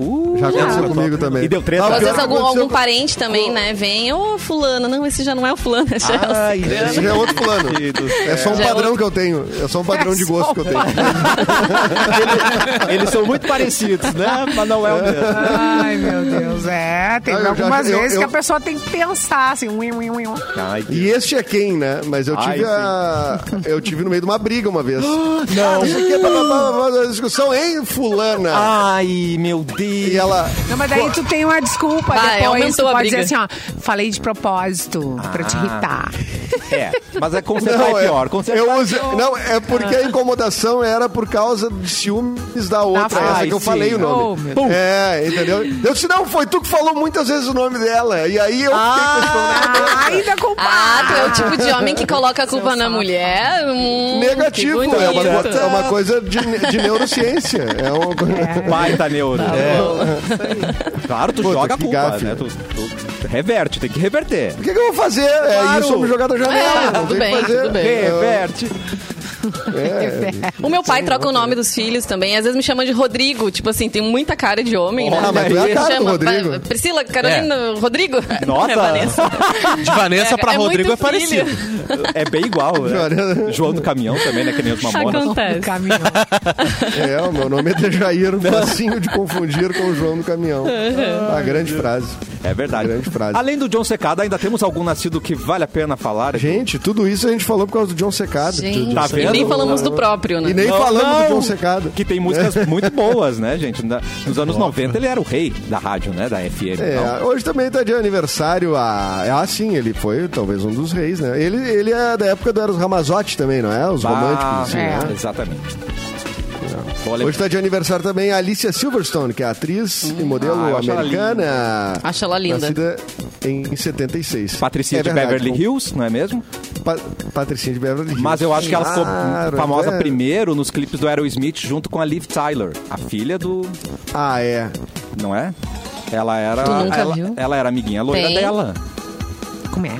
Speaker 1: Uh,
Speaker 4: Já aconteceu comigo também.
Speaker 1: E deu treta?
Speaker 4: Tava
Speaker 5: Às
Speaker 4: Tá
Speaker 5: vezes
Speaker 4: pior que
Speaker 5: algum,
Speaker 4: aconteceu
Speaker 5: algum parente também, né? Vem, ô fulano, não, esse já não é o fulano, é Chelsea.
Speaker 1: Ai,
Speaker 4: Esse já é outro plano. É só um
Speaker 5: Já é
Speaker 4: padrão
Speaker 5: outro.
Speaker 4: que eu tenho. É só um padrão
Speaker 2: É
Speaker 4: de
Speaker 2: só
Speaker 4: gosto que eu tenho.
Speaker 1: Eles são muito parecidos, né? Mas não é o mesmo.
Speaker 2: Ai, meu Deus. É, tem
Speaker 4: Ah, eu já-
Speaker 2: algumas
Speaker 4: eu-
Speaker 2: vezes
Speaker 4: eu-
Speaker 2: que a pessoa tem que pensar assim. Ui, ui, ui, ui.
Speaker 1: Ai,
Speaker 4: E este é quem, né? Mas eu
Speaker 1: Ai, Ah,
Speaker 4: tive a... Eu tive no meio de uma briga uma vez. é Não. discussão, hein, fulana?
Speaker 1: Ah, Ai, meu
Speaker 4: E
Speaker 1: Deus.
Speaker 4: ela...
Speaker 2: Não, mas daí tu tem uma desculpa.
Speaker 5: Vai,
Speaker 2: depois tu
Speaker 5: aumentou a
Speaker 2: pode
Speaker 5: briga.
Speaker 2: dizer assim, ó. Falei de propósito pra te
Speaker 1: Ah.
Speaker 2: irritar.
Speaker 1: É, mas é consertar é pior. Consertar
Speaker 4: eu
Speaker 1: é
Speaker 4: usei-
Speaker 1: pior.
Speaker 4: não, é porque a incomodação era por causa de ciúmes da outra.
Speaker 2: Ai,
Speaker 4: essa que eu
Speaker 1: sim.
Speaker 4: falei o
Speaker 2: Oh,
Speaker 4: nome.
Speaker 2: meu
Speaker 1: Deus.
Speaker 4: é, entendeu? Eu disse, não, foi tu que falou muitas vezes o nome dela. E aí eu fiquei com esse problema.
Speaker 2: Ah, ainda culpado.
Speaker 5: Ah, tu é o tipo de homem que coloca a culpa na mulher? Hum,
Speaker 4: Negativo,
Speaker 5: que bonito.
Speaker 4: é uma, co- é uma coisa de, de neurociência. É uma coisa.
Speaker 1: Baita neuro. É. Claro, tu
Speaker 4: Puta,
Speaker 1: joga a
Speaker 4: que
Speaker 1: culpa,
Speaker 4: gafe.
Speaker 1: né? Tu, tu reverte, tem que reverter.
Speaker 4: O que, que eu vou fazer? É
Speaker 1: Claro. É,
Speaker 4: isso, eu vou jogar da janela.
Speaker 5: É,
Speaker 4: não
Speaker 5: tudo
Speaker 4: tem o que
Speaker 5: bem,
Speaker 4: fazer. É,
Speaker 5: tudo bem.
Speaker 1: Reverte.
Speaker 5: O meu pai troca o nome dos filhos também. Às vezes me chama de Rodrigo. Tipo assim, tem muita cara de homem, né?
Speaker 4: Ah, mas tu é a
Speaker 5: Me
Speaker 4: cara do
Speaker 5: chama,
Speaker 4: Rodrigo.
Speaker 5: "Vai, Priscila, Carolina, Rodrigo.
Speaker 1: Nossa.
Speaker 5: É Vanessa.
Speaker 6: De Vanessa pra
Speaker 5: É, é
Speaker 6: Rodrigo é
Speaker 5: muito filho.
Speaker 6: parecido.
Speaker 1: É bem igual, né?
Speaker 4: Olha.
Speaker 1: João do caminhão também, né? Que nem os mamonas.
Speaker 2: Do
Speaker 5: Acontece.
Speaker 6: Tá
Speaker 2: caminhão.
Speaker 4: É, o meu nome é Dejair, facinho de confundir com o João no caminhão. A grande frase.
Speaker 1: É verdade.
Speaker 4: Grande frase.
Speaker 1: Além do John Secada, ainda temos algum nascido que vale a pena falar.
Speaker 4: Gente, tudo isso a gente falou por causa do John Secada.
Speaker 5: Gente,
Speaker 1: Tá
Speaker 5: e
Speaker 1: vendo?
Speaker 5: nem falamos do próprio, né?
Speaker 4: E nem
Speaker 1: Não,
Speaker 4: falamos
Speaker 1: não.
Speaker 4: do John Secada. É.
Speaker 1: Que tem músicas muito boas, né, gente? Na- Nos anos 90 ele era o rei da rádio, né? Da FM.
Speaker 4: né? É,
Speaker 1: então.
Speaker 4: hoje também tá de aniversário a... Ah, sim, ele foi talvez um dos reis, né? Ele, ele é da época do Eros Ramazotti também, não é? Os
Speaker 1: Bah,
Speaker 4: românticos, assim,
Speaker 1: é,
Speaker 4: né?
Speaker 1: Exatamente. Vou lembrar.
Speaker 4: Hoje tá- está de aniversário também a Alicia Silverstone, que é atriz e modelo
Speaker 1: Ah, eu acho ela
Speaker 4: americana.
Speaker 5: Acho ela linda.
Speaker 4: Nascida em 76.
Speaker 1: Patricinha
Speaker 4: É
Speaker 1: de
Speaker 4: verdade,
Speaker 1: Beverly
Speaker 4: com-
Speaker 1: Hills, não é mesmo?
Speaker 4: Pa- Patricinha de Beverly Hills.
Speaker 1: Mas eu acho que ela ficou
Speaker 4: Claro,
Speaker 1: famosa
Speaker 4: é.
Speaker 1: primeiro nos clipes do Aerosmith junto com a Liv Tyler, a filha do.
Speaker 4: Ah, é.
Speaker 1: Não é? Ela era.
Speaker 5: Tu nunca
Speaker 1: ela,
Speaker 5: viu?
Speaker 1: ela era amiguinha loira
Speaker 5: Tem.
Speaker 1: dela.
Speaker 2: Como é?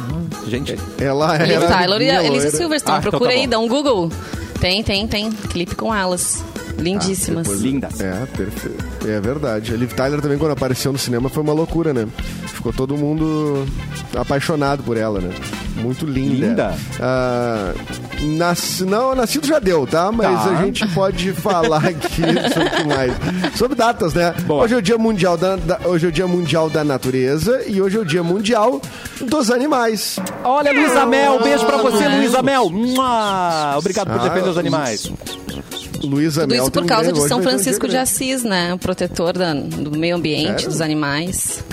Speaker 1: Gente,
Speaker 4: Ela é.
Speaker 5: Liv Tyler e a Elisa Silverstone.
Speaker 1: Ah, então
Speaker 5: Procura
Speaker 1: tá
Speaker 5: aí,
Speaker 1: bom.
Speaker 5: dá um Google. Tem, tem, tem. Clipe com alas.
Speaker 1: Ah,
Speaker 5: Lindíssimas.
Speaker 1: lindas.
Speaker 4: É, perfeito. É verdade. A Liv Tyler também, quando apareceu no cinema, foi uma loucura, né? Ficou todo mundo apaixonado por ela, né? Muito linda.
Speaker 1: Linda.
Speaker 4: Ah, nas- Não, nascido já deu, tá? Mas
Speaker 1: Tá.
Speaker 4: a gente pode falar aqui sobre o que mais. Sobre datas, né?
Speaker 1: Boa.
Speaker 4: Hoje é o Dia Mundial da, da- Hoje é o Dia Mundial da Natureza e hoje é o Dia Mundial dos Animais.
Speaker 1: Olha, Luísa Mel, beijo
Speaker 5: Ah,
Speaker 1: pra você, Luísa Mel. Mua! Obrigado por
Speaker 4: Ah,
Speaker 1: defender os animais.
Speaker 4: Luísa
Speaker 5: Tudo
Speaker 4: Mel
Speaker 5: isso
Speaker 4: tem
Speaker 5: por
Speaker 4: um
Speaker 5: causa
Speaker 4: grande-
Speaker 5: de
Speaker 4: hoje
Speaker 5: São
Speaker 4: vai ter um
Speaker 1: é
Speaker 5: Francisco
Speaker 4: dia
Speaker 5: de
Speaker 4: grande.
Speaker 5: Assis, né? O protetor da- do meio ambiente,
Speaker 4: É.
Speaker 5: dos animais.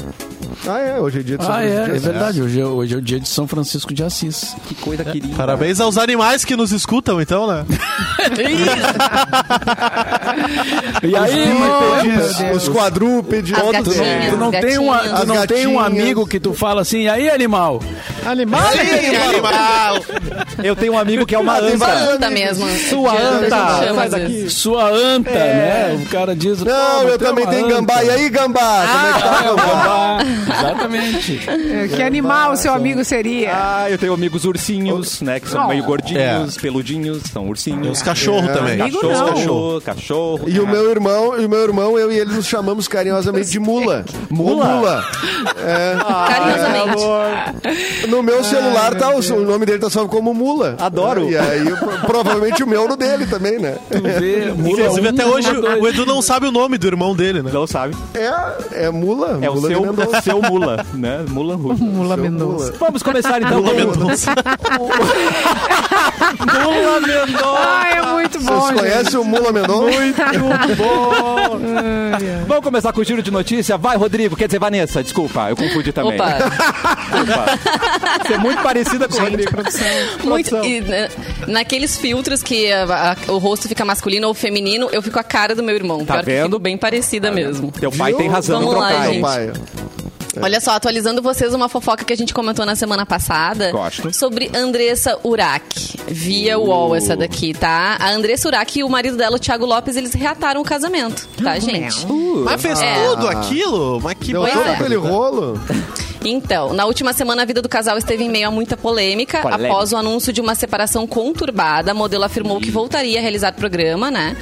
Speaker 4: Ah, é. Hoje é dia de São
Speaker 3: Ah, é,
Speaker 4: Francisco de
Speaker 3: é
Speaker 4: Assis.
Speaker 3: verdade. Hoje é, hoje é o dia de São Francisco de Assis.
Speaker 1: Que coisa querida.
Speaker 6: Parabéns aos animais que nos escutam, então, né?
Speaker 3: E
Speaker 4: Os
Speaker 3: aí, mas
Speaker 4: bípedes, os quadrúpedes,
Speaker 5: As
Speaker 4: todos
Speaker 5: gatinhas,
Speaker 4: eles.
Speaker 3: tu não,
Speaker 5: os
Speaker 3: tem, uma,
Speaker 5: gatinhos.
Speaker 3: tu não
Speaker 4: As
Speaker 3: tem um
Speaker 4: gatinhas.
Speaker 3: amigo que tu fala assim, e aí, animal? Animal?
Speaker 6: animal!
Speaker 1: Eu tenho um amigo que é uma
Speaker 4: Ah, tem
Speaker 1: anta.
Speaker 4: vários.
Speaker 5: Anta mesmo.
Speaker 1: Sua
Speaker 5: A gente
Speaker 1: anta.
Speaker 5: chama
Speaker 1: Sai
Speaker 5: às vezes.
Speaker 1: daqui.
Speaker 3: Sua anta, né? O cara diz. "Pô,
Speaker 4: Não,
Speaker 3: mas
Speaker 4: eu
Speaker 3: tu é
Speaker 4: também
Speaker 3: uma
Speaker 4: tenho
Speaker 3: anta." Ah,
Speaker 4: gambá. E aí, gambá? Como é que tá, gambá?
Speaker 3: Gambá. Exatamente.
Speaker 2: É, Que animal o seu amigo seria?
Speaker 1: Ah, eu tenho amigos ursinhos, né? Que são
Speaker 2: Oh.
Speaker 1: meio gordinhos, peludinhos, são
Speaker 6: E
Speaker 1: ursinhos.
Speaker 6: os cachorros também.
Speaker 2: Amigo
Speaker 1: Cachorro,
Speaker 2: não.
Speaker 1: cachorro, cachorro.
Speaker 4: E o meu irmão, e o meu irmão, eu e ele nos chamamos carinhosamente de mula.
Speaker 1: Mula?
Speaker 4: Ou mula.
Speaker 5: Carinhosamente.
Speaker 4: No meu celular tá, o, o nome dele tá salvo como mula.
Speaker 1: Adoro.
Speaker 4: E aí, eu- provavelmente o meu no dele também, né?
Speaker 3: Tu vê, mula
Speaker 6: Inclusive,
Speaker 3: um,
Speaker 6: até hoje
Speaker 3: mula dois.
Speaker 6: o Edu não sabe o nome do irmão dele, né?
Speaker 1: Não sabe.
Speaker 4: É, é mula.
Speaker 1: É o
Speaker 4: mula de
Speaker 1: seu,
Speaker 4: Mendonça.
Speaker 1: seu mula, né? Mula ruim.
Speaker 2: Mula
Speaker 4: Seu
Speaker 2: Mendonça.
Speaker 4: mula.
Speaker 1: Vamos começar então.
Speaker 6: Lula
Speaker 1: com-
Speaker 6: Mendonça.
Speaker 1: Lula Mendonça.
Speaker 2: Ah, é muito bom,
Speaker 4: Vocês
Speaker 2: gente.
Speaker 4: conhecem o Mula Mendonça?
Speaker 1: Muito bom. Vamos começar com o giro de notícia. Vai, Rodrigo. Quer dizer, Vanessa, desculpa, eu confundi também.
Speaker 5: Opa,
Speaker 1: Desculpa. Você é muito parecida com o Rodrigo.
Speaker 5: muito. e, né, naqueles filtros que a- a- o rosto fica masculino ou feminino, eu fico a cara do meu irmão.
Speaker 1: Tá
Speaker 5: Pior que eu
Speaker 1: vendo?
Speaker 5: fico bem parecida mesmo.
Speaker 1: Teu pai
Speaker 4: Viu?
Speaker 1: tem razão em
Speaker 5: Vamos lá,
Speaker 1: trocar,
Speaker 5: gente.
Speaker 1: hein?
Speaker 4: Meu pai.
Speaker 5: Olha só, atualizando vocês uma fofoca que a gente comentou na semana passada
Speaker 1: Gosto.
Speaker 5: sobre Andressa Urac. Via UOL essa daqui, tá? A Andressa Urac e o marido dela, o Thiago Lopes, eles reataram o casamento, tá, gente?
Speaker 6: Mas fez
Speaker 5: É.
Speaker 6: tudo aquilo? Mas que
Speaker 4: Deu
Speaker 5: Pois
Speaker 4: todo
Speaker 5: é.
Speaker 4: aquele rolo?
Speaker 5: Então, na última semana a vida do casal esteve em meio a muita polêmica,
Speaker 1: Polêmica.
Speaker 5: após o anúncio de uma separação conturbada. A modelo afirmou que voltaria a realizar programa, né?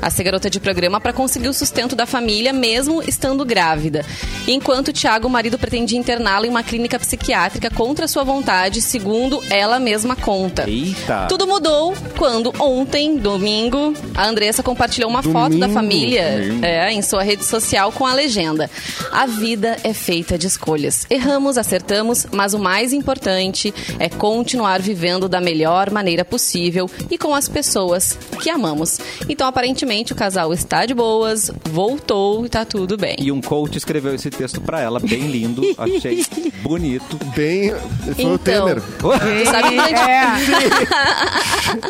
Speaker 5: A ser garota de programa para conseguir o sustento da família, mesmo estando grávida. Enquanto Tiago, o marido, pretendia interná-la em uma clínica psiquiátrica contra sua vontade, segundo ela mesma conta.
Speaker 1: Eita.
Speaker 5: Tudo mudou quando ontem, domingo, a Andressa compartilhou uma foto da família é, em sua rede social com a legenda: A vida é feita de escolhas. Erramos, acertamos, mas o mais importante é continuar vivendo da melhor maneira possível e com as pessoas que amamos. Então, aparentemente, o casal está de boas, voltou e tá tudo bem.
Speaker 1: E um coach escreveu esse texto pra ela, bem lindo. Achei bonito.
Speaker 4: Bem. Foi
Speaker 2: Então.
Speaker 4: o Temer.
Speaker 5: tu sabe que durante,
Speaker 2: É,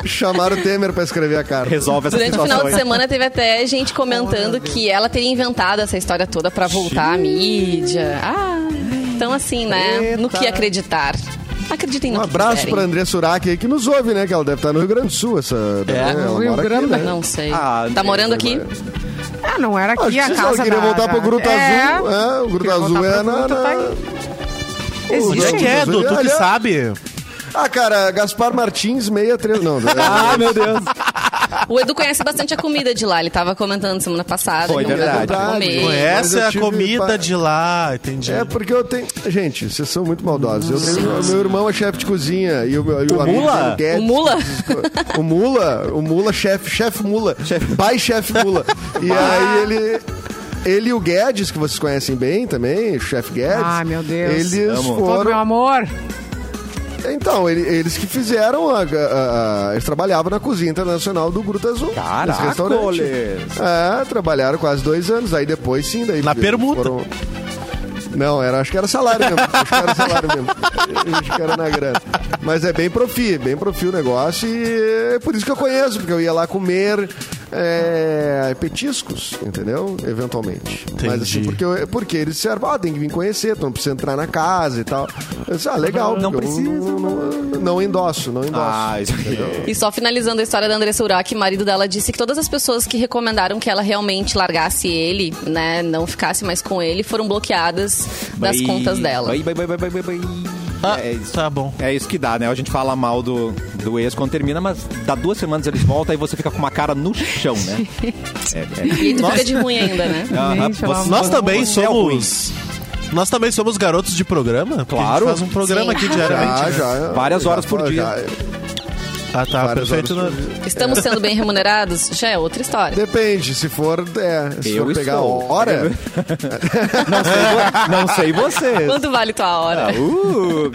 Speaker 4: Chamaram o Temer pra escrever a carta.
Speaker 1: Resolve essa
Speaker 5: Durante o
Speaker 1: situação.
Speaker 5: final de
Speaker 1: aí.
Speaker 5: semana teve até gente comentando que ela teria inventado essa história toda pra voltar à mídia. Ah, então assim, né? No que acreditar. Acreditem no
Speaker 4: Um
Speaker 5: que
Speaker 4: abraço pra
Speaker 5: quiserem.
Speaker 4: André Surak aí que nos ouve, né? Que ela deve estar no Rio Grande do Sul, essa. É,
Speaker 2: no Rio Grande,
Speaker 5: Não sei.
Speaker 1: Ah,
Speaker 5: tá
Speaker 1: André,
Speaker 5: morando aqui?
Speaker 2: Ah, não era
Speaker 4: né? Acho
Speaker 2: aqui
Speaker 4: que
Speaker 2: a
Speaker 4: se ela
Speaker 2: casa
Speaker 4: queria
Speaker 2: da-
Speaker 4: voltar
Speaker 2: da-
Speaker 4: pro Gruta
Speaker 2: É.
Speaker 4: Azul. É, o Gruta
Speaker 2: Queria
Speaker 4: Azul
Speaker 2: voltar
Speaker 4: é
Speaker 2: pro
Speaker 4: na.
Speaker 2: Gruta,
Speaker 4: na-
Speaker 2: tá aí.
Speaker 6: Onde é
Speaker 2: Existe
Speaker 6: que
Speaker 2: ainda.
Speaker 6: é, Edu? Tu que
Speaker 4: Olha.
Speaker 6: sabe?
Speaker 4: Ah, cara, Gaspar Martins 63. Não, é,
Speaker 1: Ah, meu Deus.
Speaker 5: O Edu conhece bastante a comida de lá. Ele tava comentando semana passada.
Speaker 1: Foi
Speaker 5: que não deu
Speaker 1: verdade.
Speaker 5: pra comer.
Speaker 4: Mas eu
Speaker 6: Conhece a
Speaker 4: tive
Speaker 6: comida
Speaker 4: pa-
Speaker 6: de lá, entendi.
Speaker 4: É porque eu tenho. Gente, vocês são muito maldosos. Eu tenho... Meu irmão é chefe de cozinha e o, meu- e o, amigo
Speaker 1: Mula?
Speaker 4: dele, Guedes,
Speaker 5: O Mula?
Speaker 4: O Mula, o Mula, chefe, chefe Mula.
Speaker 1: Chefe.
Speaker 4: Pai chefe Mula. E aí ele. Ele e o Guedes, que vocês conhecem bem também, o chefe Guedes.
Speaker 2: Ah, meu Deus.
Speaker 4: Eles
Speaker 1: Amo.
Speaker 2: Todo
Speaker 4: foram
Speaker 2: meu amor.
Speaker 4: Então, ele- eles que fizeram. a- a- a- eles trabalhavam na cozinha internacional do Gruta Azul.
Speaker 1: Caraca,
Speaker 4: nesse restaurante.
Speaker 1: Oles.
Speaker 4: É, trabalharam quase dois anos. Aí depois sim, daí.
Speaker 6: Na permuta.
Speaker 4: Não, era, acho que era salário mesmo. acho que era salário mesmo. Acho que era na grana. Mas é bem profi, bem profi o negócio e é por isso que eu conheço, porque eu ia lá comer, é, petiscos, entendeu? Eventualmente. Mas assim,
Speaker 6: Entendi.
Speaker 4: porque, eu- porque eles disseram, ah, tem que vir conhecer, tu não precisa entrar na casa e tal. Eu disse, ah, legal.
Speaker 1: Não
Speaker 4: porque eu
Speaker 1: precisa,
Speaker 4: Não, não, não endosso, não endosso.
Speaker 1: Ah, isso aqui.
Speaker 5: E só finalizando a história da Andressa Urach, o marido dela disse que todas as pessoas que recomendaram que ela realmente largasse ele, né, não ficasse mais com ele, foram bloqueadas das
Speaker 1: Bai,
Speaker 5: contas dela.
Speaker 1: bai, bai, bai, bai, bai, bai.
Speaker 6: Ah,
Speaker 1: é isso.
Speaker 6: tá bom.
Speaker 1: É isso que dá, né? A gente fala mal do, do ex quando termina, mas dá duas semanas eles voltam e você fica com uma cara no chão, né? É, é.
Speaker 5: E tu fica de ruim ainda, né?
Speaker 1: Aham,
Speaker 2: pelo
Speaker 1: você-
Speaker 6: Nós
Speaker 1: você
Speaker 6: também
Speaker 1: é ruim.
Speaker 6: somos. Nós também somos garotos de programa? Porque
Speaker 1: Claro.
Speaker 6: A gente faz um programa
Speaker 5: Sim.
Speaker 6: aqui
Speaker 4: Já,
Speaker 6: diariamente. né?
Speaker 4: já,
Speaker 1: Várias horas por dia.
Speaker 6: Ah, tá.
Speaker 4: Várias
Speaker 6: perfeito.
Speaker 4: horas
Speaker 6: né?
Speaker 5: Estamos sendo bem remunerados? Já é outra história.
Speaker 4: Depende, se for, é, se
Speaker 1: Eu
Speaker 4: for pegar
Speaker 1: estou.
Speaker 4: hora,
Speaker 1: Não sei, vo- não sei vocês.
Speaker 5: Quanto vale tua hora?
Speaker 1: Ah, uh,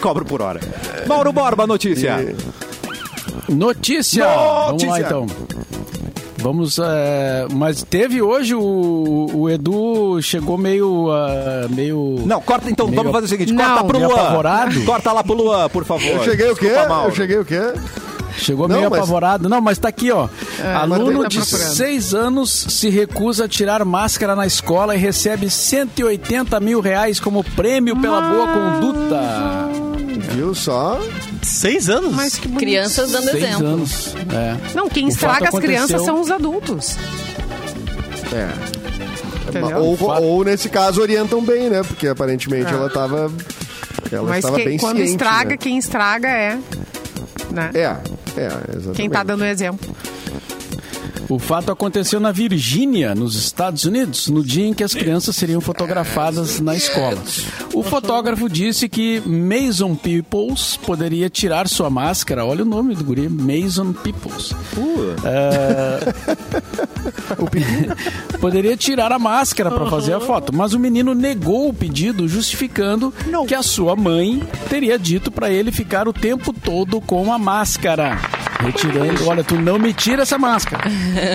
Speaker 1: cobro por hora. Mauro Borba, notícia.
Speaker 3: Notícia! Vamos lá
Speaker 1: Notícia!
Speaker 3: então. Vamos, é, mas teve hoje o, o Edu chegou meio, ah, meio.
Speaker 1: Não, corta então,
Speaker 3: Meio-
Speaker 1: vamos fazer o seguinte,
Speaker 2: Não,
Speaker 1: corta pro
Speaker 3: meio
Speaker 1: Luan.
Speaker 3: apavorado.
Speaker 1: Corta lá pro Luan, por favor.
Speaker 4: eu cheguei o quê?
Speaker 1: Desculpa, Mauro.
Speaker 4: Eu cheguei o quê?
Speaker 3: Chegou
Speaker 4: Não,
Speaker 3: meio
Speaker 4: mas-
Speaker 3: apavorado. Não, mas tá aqui, ó.
Speaker 4: mas
Speaker 3: Aluno
Speaker 4: tá
Speaker 3: de
Speaker 2: procurando.
Speaker 3: 6 anos se recusa a tirar máscara na escola e recebe 180 mil reais como prêmio pela boa conduta.
Speaker 4: Viu só?
Speaker 6: Seis anos?
Speaker 2: Mas que bonito.
Speaker 5: Crianças dando
Speaker 3: Seis
Speaker 5: exemplo.
Speaker 3: anos. É.
Speaker 2: Não, quem
Speaker 3: O
Speaker 2: estraga
Speaker 3: fato
Speaker 2: as crianças
Speaker 3: aconteceu-
Speaker 2: são os adultos.
Speaker 4: É.
Speaker 2: Entendeu? Ah.
Speaker 4: Ou, ou nesse caso orientam bem, né? Porque aparentemente ela tava. Ela
Speaker 2: Mas
Speaker 4: estava
Speaker 2: que-
Speaker 4: bem
Speaker 2: quando
Speaker 4: ciente,
Speaker 2: estraga,
Speaker 4: né?
Speaker 2: quem estraga é. né?
Speaker 4: É, é, exatamente.
Speaker 2: Quem tá dando exemplo.
Speaker 3: O fato aconteceu na Virgínia, nos Estados Unidos, no dia em que as crianças seriam fotografadas na escola. O fotógrafo disse que Mason Peoples poderia tirar sua máscara. Olha o nome do guri, Mason Peoples. É, o pe- poderia tirar a máscara para fazer a foto, mas o menino negou o pedido, justificando que a sua mãe teria dito para ele ficar o tempo todo com a máscara. Retirando, olha, tu não me tira essa máscara.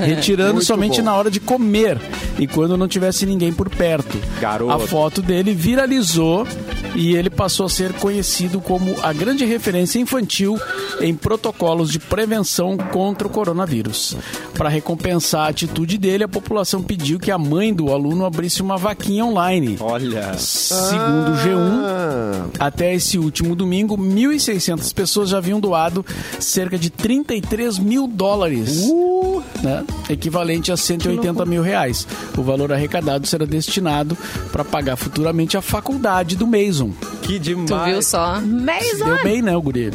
Speaker 3: Retirando
Speaker 4: Muito
Speaker 3: somente
Speaker 4: bom.
Speaker 3: na hora de comer e quando não tivesse ninguém por perto.
Speaker 1: Garoto.
Speaker 3: A foto dele viralizou e ele passou a ser conhecido como a grande referência infantil em protocolos de prevenção contra o coronavírus. Para recompensar a atitude dele, a população pediu que a mãe do aluno abrisse uma vaquinha online.
Speaker 1: Olha.
Speaker 3: Segundo o G1,
Speaker 4: Ah,
Speaker 3: até esse último domingo, 1.600 pessoas já haviam doado cerca de 33 mil dólares,
Speaker 1: Uh!
Speaker 3: né? equivalente a 180 mil reais. O valor arrecadado será destinado para pagar futuramente a faculdade do Mason.
Speaker 1: Que demais.
Speaker 5: Tu viu só?
Speaker 3: Se deu bem, né, o guri?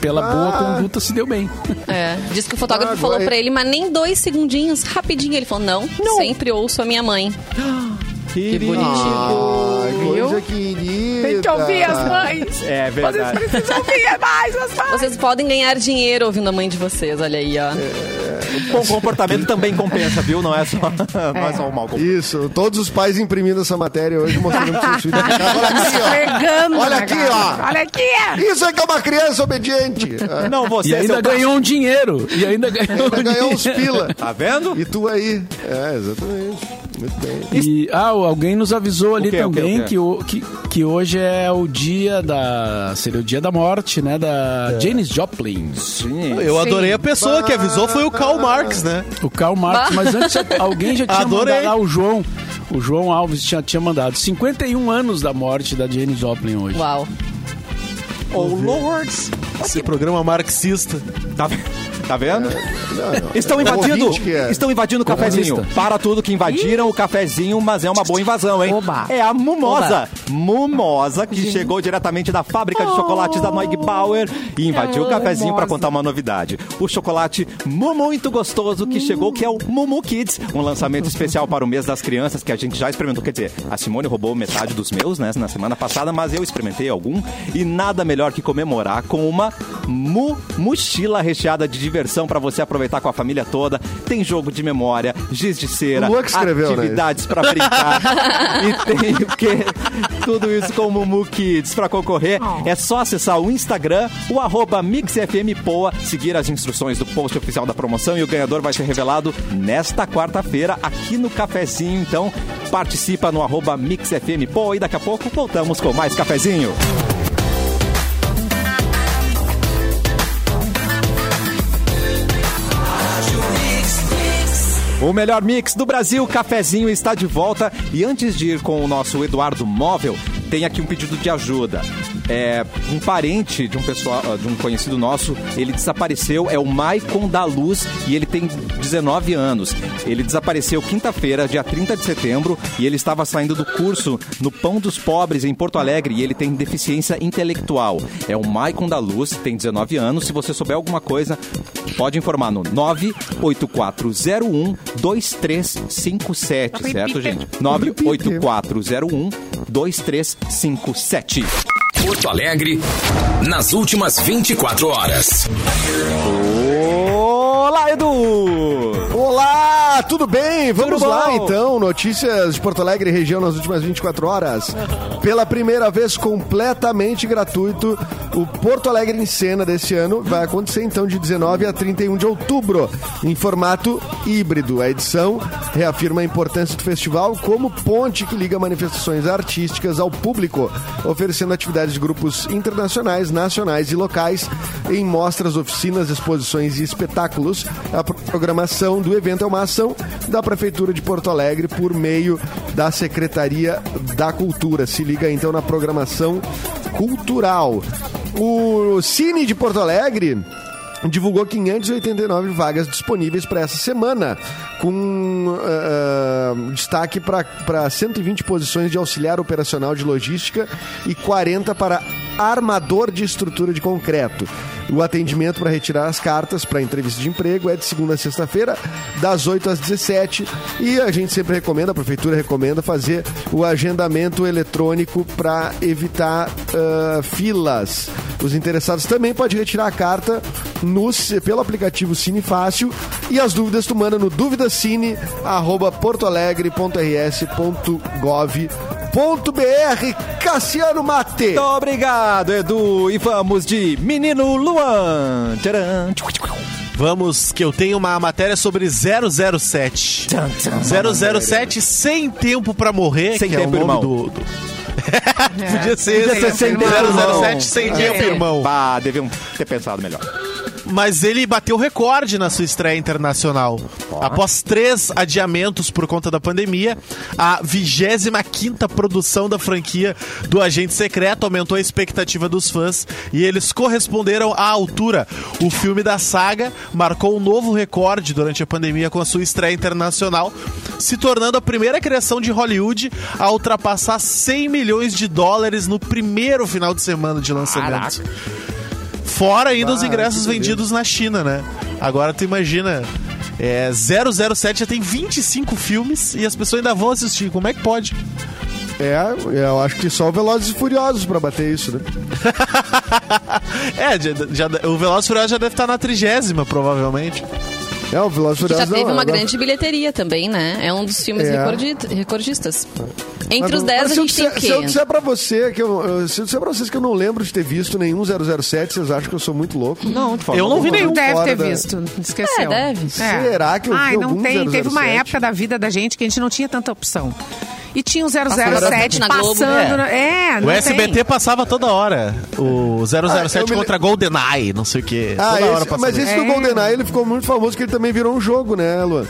Speaker 3: Pela
Speaker 1: Ah.
Speaker 3: boa conduta, se deu bem.
Speaker 5: É. Diz que o fotógrafo
Speaker 4: Ah,
Speaker 5: falou
Speaker 4: vai.
Speaker 5: pra ele, mas nem dois segundinhos, rapidinho. Ele falou, não, sempre ouço a minha mãe.
Speaker 1: Que
Speaker 4: ai, Ah, coisa
Speaker 2: Viu?
Speaker 4: querida.
Speaker 2: Tem que ouvir as mães.
Speaker 1: É verdade.
Speaker 2: Vocês precisam ouvir é mais as mães.
Speaker 5: Vocês podem ganhar dinheiro ouvindo a mãe de vocês, olha aí, ó.
Speaker 4: É.
Speaker 1: Bom comportamento também compensa, viu? Não é só, não é só o mal comportamento.
Speaker 4: Isso, todos os pais imprimindo essa matéria hoje mostrando pro seus filhos. Olha aqui,
Speaker 2: Esfregando,
Speaker 4: Olha
Speaker 2: né,
Speaker 4: aqui,
Speaker 2: cara?
Speaker 4: ó.
Speaker 2: Olha aqui.
Speaker 4: ó. Isso é que é uma criança obediente. Ah,
Speaker 1: Não, você
Speaker 3: E ainda
Speaker 1: é seu-
Speaker 3: ganhou um dinheiro. E ainda ganhou um
Speaker 4: Ainda ganhou uns
Speaker 3: dinheiro.
Speaker 4: pila.
Speaker 1: Tá vendo?
Speaker 4: E tu aí. É, exatamente. Muito bem.
Speaker 3: E, ah, alguém nos avisou ali
Speaker 1: O quê, o quê,
Speaker 3: também
Speaker 1: o quê?
Speaker 3: Que, o, que, que hoje é o dia da. Seria o dia da morte, né? Da
Speaker 1: É.
Speaker 3: Janis Joplin.
Speaker 1: Sim.
Speaker 6: Eu adorei a pessoa que avisou, foi o Karl Marx, né?
Speaker 3: O Karl Marx, mas antes alguém já tinha
Speaker 6: Adorei.
Speaker 3: mandado. Ah, o João. O João Alves tinha, tinha mandado 51 anos da morte da Janis Joplin hoje.
Speaker 5: Uau.
Speaker 1: Oh, Lords.
Speaker 6: Esse programa marxista.
Speaker 1: Tá, tá vendo?
Speaker 4: Não, não.
Speaker 1: Estão
Speaker 4: É o
Speaker 1: invadindo,
Speaker 4: ouvinte que é.
Speaker 1: estão invadindo o cafezinho.
Speaker 3: Comunista.
Speaker 1: Para tudo que invadiram o cafezinho, mas é uma boa invasão, hein?
Speaker 2: Oba.
Speaker 1: É a Mumosa. Mumosa, que chegou diretamente da fábrica de chocolates da Noig Bauer e invadiu o cafezinho para
Speaker 2: Mumosa.
Speaker 1: contar uma novidade. O chocolate mu- muito gostoso que chegou, que é o Mumu Kids, um lançamento especial para o mês das crianças que a gente já experimentou. Quer dizer, a Simone roubou metade dos meus, né, na semana passada, mas eu experimentei algum e nada melhor que comemorar com uma mu mochila recheada de diversão para você aproveitar com a família toda. Tem jogo de memória, giz de cera,
Speaker 4: O Luan que escreveu, né?
Speaker 1: atividades para brincar e tem o quê? Tudo isso com o Mumu Kids para concorrer. É só acessar o Instagram, o arroba MixFMPoa, seguir as instruções do post oficial da promoção e o ganhador vai ser revelado nesta quarta-feira aqui no Cafezinho. Então, participa no arroba MixFMPoa e daqui a pouco voltamos com mais Cafezinho.
Speaker 7: Rádio Mix, Mix.
Speaker 1: O melhor mix do Brasil, cafezinho está de volta. E antes de ir com o nosso Eduardo Móvel, tem aqui um pedido de ajuda. É, um parente de um pessoal, de um conhecido nosso, ele desapareceu, é o Maicon da Luz e ele tem 19 anos. Ele desapareceu quinta-feira, dia 30 de setembro, e ele estava saindo do curso no Pão dos Pobres em Porto Alegre e ele tem deficiência intelectual. É o Maicon da Luz, tem 19 anos. Se você souber alguma coisa, pode informar no 98401 2357, certo, gente? 98401 2357.
Speaker 7: Porto Alegre, nas últimas 24 horas.
Speaker 1: Olá, Edu!
Speaker 4: Olá, Ah, tudo bem? Vamos
Speaker 1: Tudo bom?
Speaker 4: lá então, notícias de Porto Alegre e região nas últimas 24 horas. Pela primeira vez completamente gratuito, o Porto Alegre em cena desse ano vai acontecer então de 19 a 31 de outubro, em formato híbrido. A edição reafirma a importância do festival como ponte que liga manifestações artísticas ao público, oferecendo atividades de grupos internacionais, nacionais e locais em mostras, oficinas, exposições e espetáculos. A programação do evento é uma ação da Prefeitura de Porto Alegre por meio da Secretaria da Cultura. Se liga então na programação cultural. O Cine de Porto Alegre divulgou 589 vagas disponíveis para essa semana, com ah, destaque para 120 posições de auxiliar operacional de logística e 40 para armador de estrutura de concreto. O atendimento para retirar as cartas para entrevista de emprego é de segunda a sexta-feira, das 8 às 17. E a gente sempre recomenda, a prefeitura recomenda fazer o agendamento eletrônico para evitar ah, filas. Os interessados também podem retirar a carta no, pelo aplicativo Cine Fácil. E as dúvidas tu manda no duvidacine.portoalegre.rs.gov.br Cassiano Mate.
Speaker 1: Muito obrigado, Edu. E vamos de Menino Luan. Tcharam.
Speaker 6: Vamos, que eu tenho uma matéria sobre 007. 007 Sem Tempo Pra Morrer,
Speaker 1: Sem
Speaker 6: que
Speaker 1: tempo,
Speaker 6: é o
Speaker 1: irmão.
Speaker 6: nome do... do- Podia ser,
Speaker 1: Podia ser
Speaker 6: esse,
Speaker 1: É. Sem Tempo, irmão. É.
Speaker 6: 007 Sem Tempo, irmão.
Speaker 1: Bah, deviam Ah, ter pensado melhor.
Speaker 6: Mas ele bateu recorde na sua estreia internacional. Após três adiamentos por conta da pandemia, a 25ª produção da franquia do Agente Secreto aumentou a expectativa dos fãs e eles corresponderam à altura. O filme da saga marcou um novo recorde durante a pandemia com a sua estreia internacional, se tornando a primeira criação de Hollywood a ultrapassar 100 milhões de dólares no primeiro final de semana de lançamento. Fora ainda os ingressos vendidos na China, né? Agora tu imagina. É, 007 já tem 25 filmes e as pessoas ainda vão assistir. Como é que pode?
Speaker 4: É, eu acho que só o Velozes e Furiosos pra bater isso, né?
Speaker 6: É, já, já- o Veloz Furioso já deve estar na trigésima, provavelmente.
Speaker 4: É, o Velozes e
Speaker 5: Que
Speaker 4: Furiosos
Speaker 5: já teve
Speaker 4: não,
Speaker 5: uma
Speaker 4: agora-
Speaker 5: grande bilheteria também, né? É um dos filmes
Speaker 4: É.
Speaker 5: recordi- recordistas. Entre os
Speaker 4: Mas, mas
Speaker 5: 10 a
Speaker 4: se eu
Speaker 5: gente tem o
Speaker 4: disser- Se eu
Speaker 5: quê?
Speaker 4: disser pra você que eu, eu- se eu disser pra vocês que eu não lembro de ter visto nenhum 007, vocês acham que eu sou muito louco?
Speaker 1: Não, tu falou.
Speaker 6: Eu não vi nenhum.
Speaker 2: Deve
Speaker 4: fora
Speaker 2: ter
Speaker 4: da-
Speaker 2: visto, esqueceu.
Speaker 5: É, deve.
Speaker 4: Será que eu vi
Speaker 2: Ai, não
Speaker 4: algum
Speaker 2: tem. Teve uma
Speaker 4: 007?
Speaker 2: época da vida da gente que a gente não tinha tanta opção. E tinha um 007
Speaker 5: bastante na Globo,
Speaker 2: passando.
Speaker 5: né?
Speaker 2: na- É, não
Speaker 6: o
Speaker 2: tem.
Speaker 6: SBT passava toda hora. O 007
Speaker 4: Ah, eu me
Speaker 6: contra GoldenEye, não sei o quê. toda
Speaker 4: Ah,
Speaker 6: hora
Speaker 4: esse-
Speaker 6: passava.
Speaker 4: mas esse do
Speaker 2: É.
Speaker 4: GoldenEye, ele ficou muito famoso que ele também virou um jogo, né, Luan?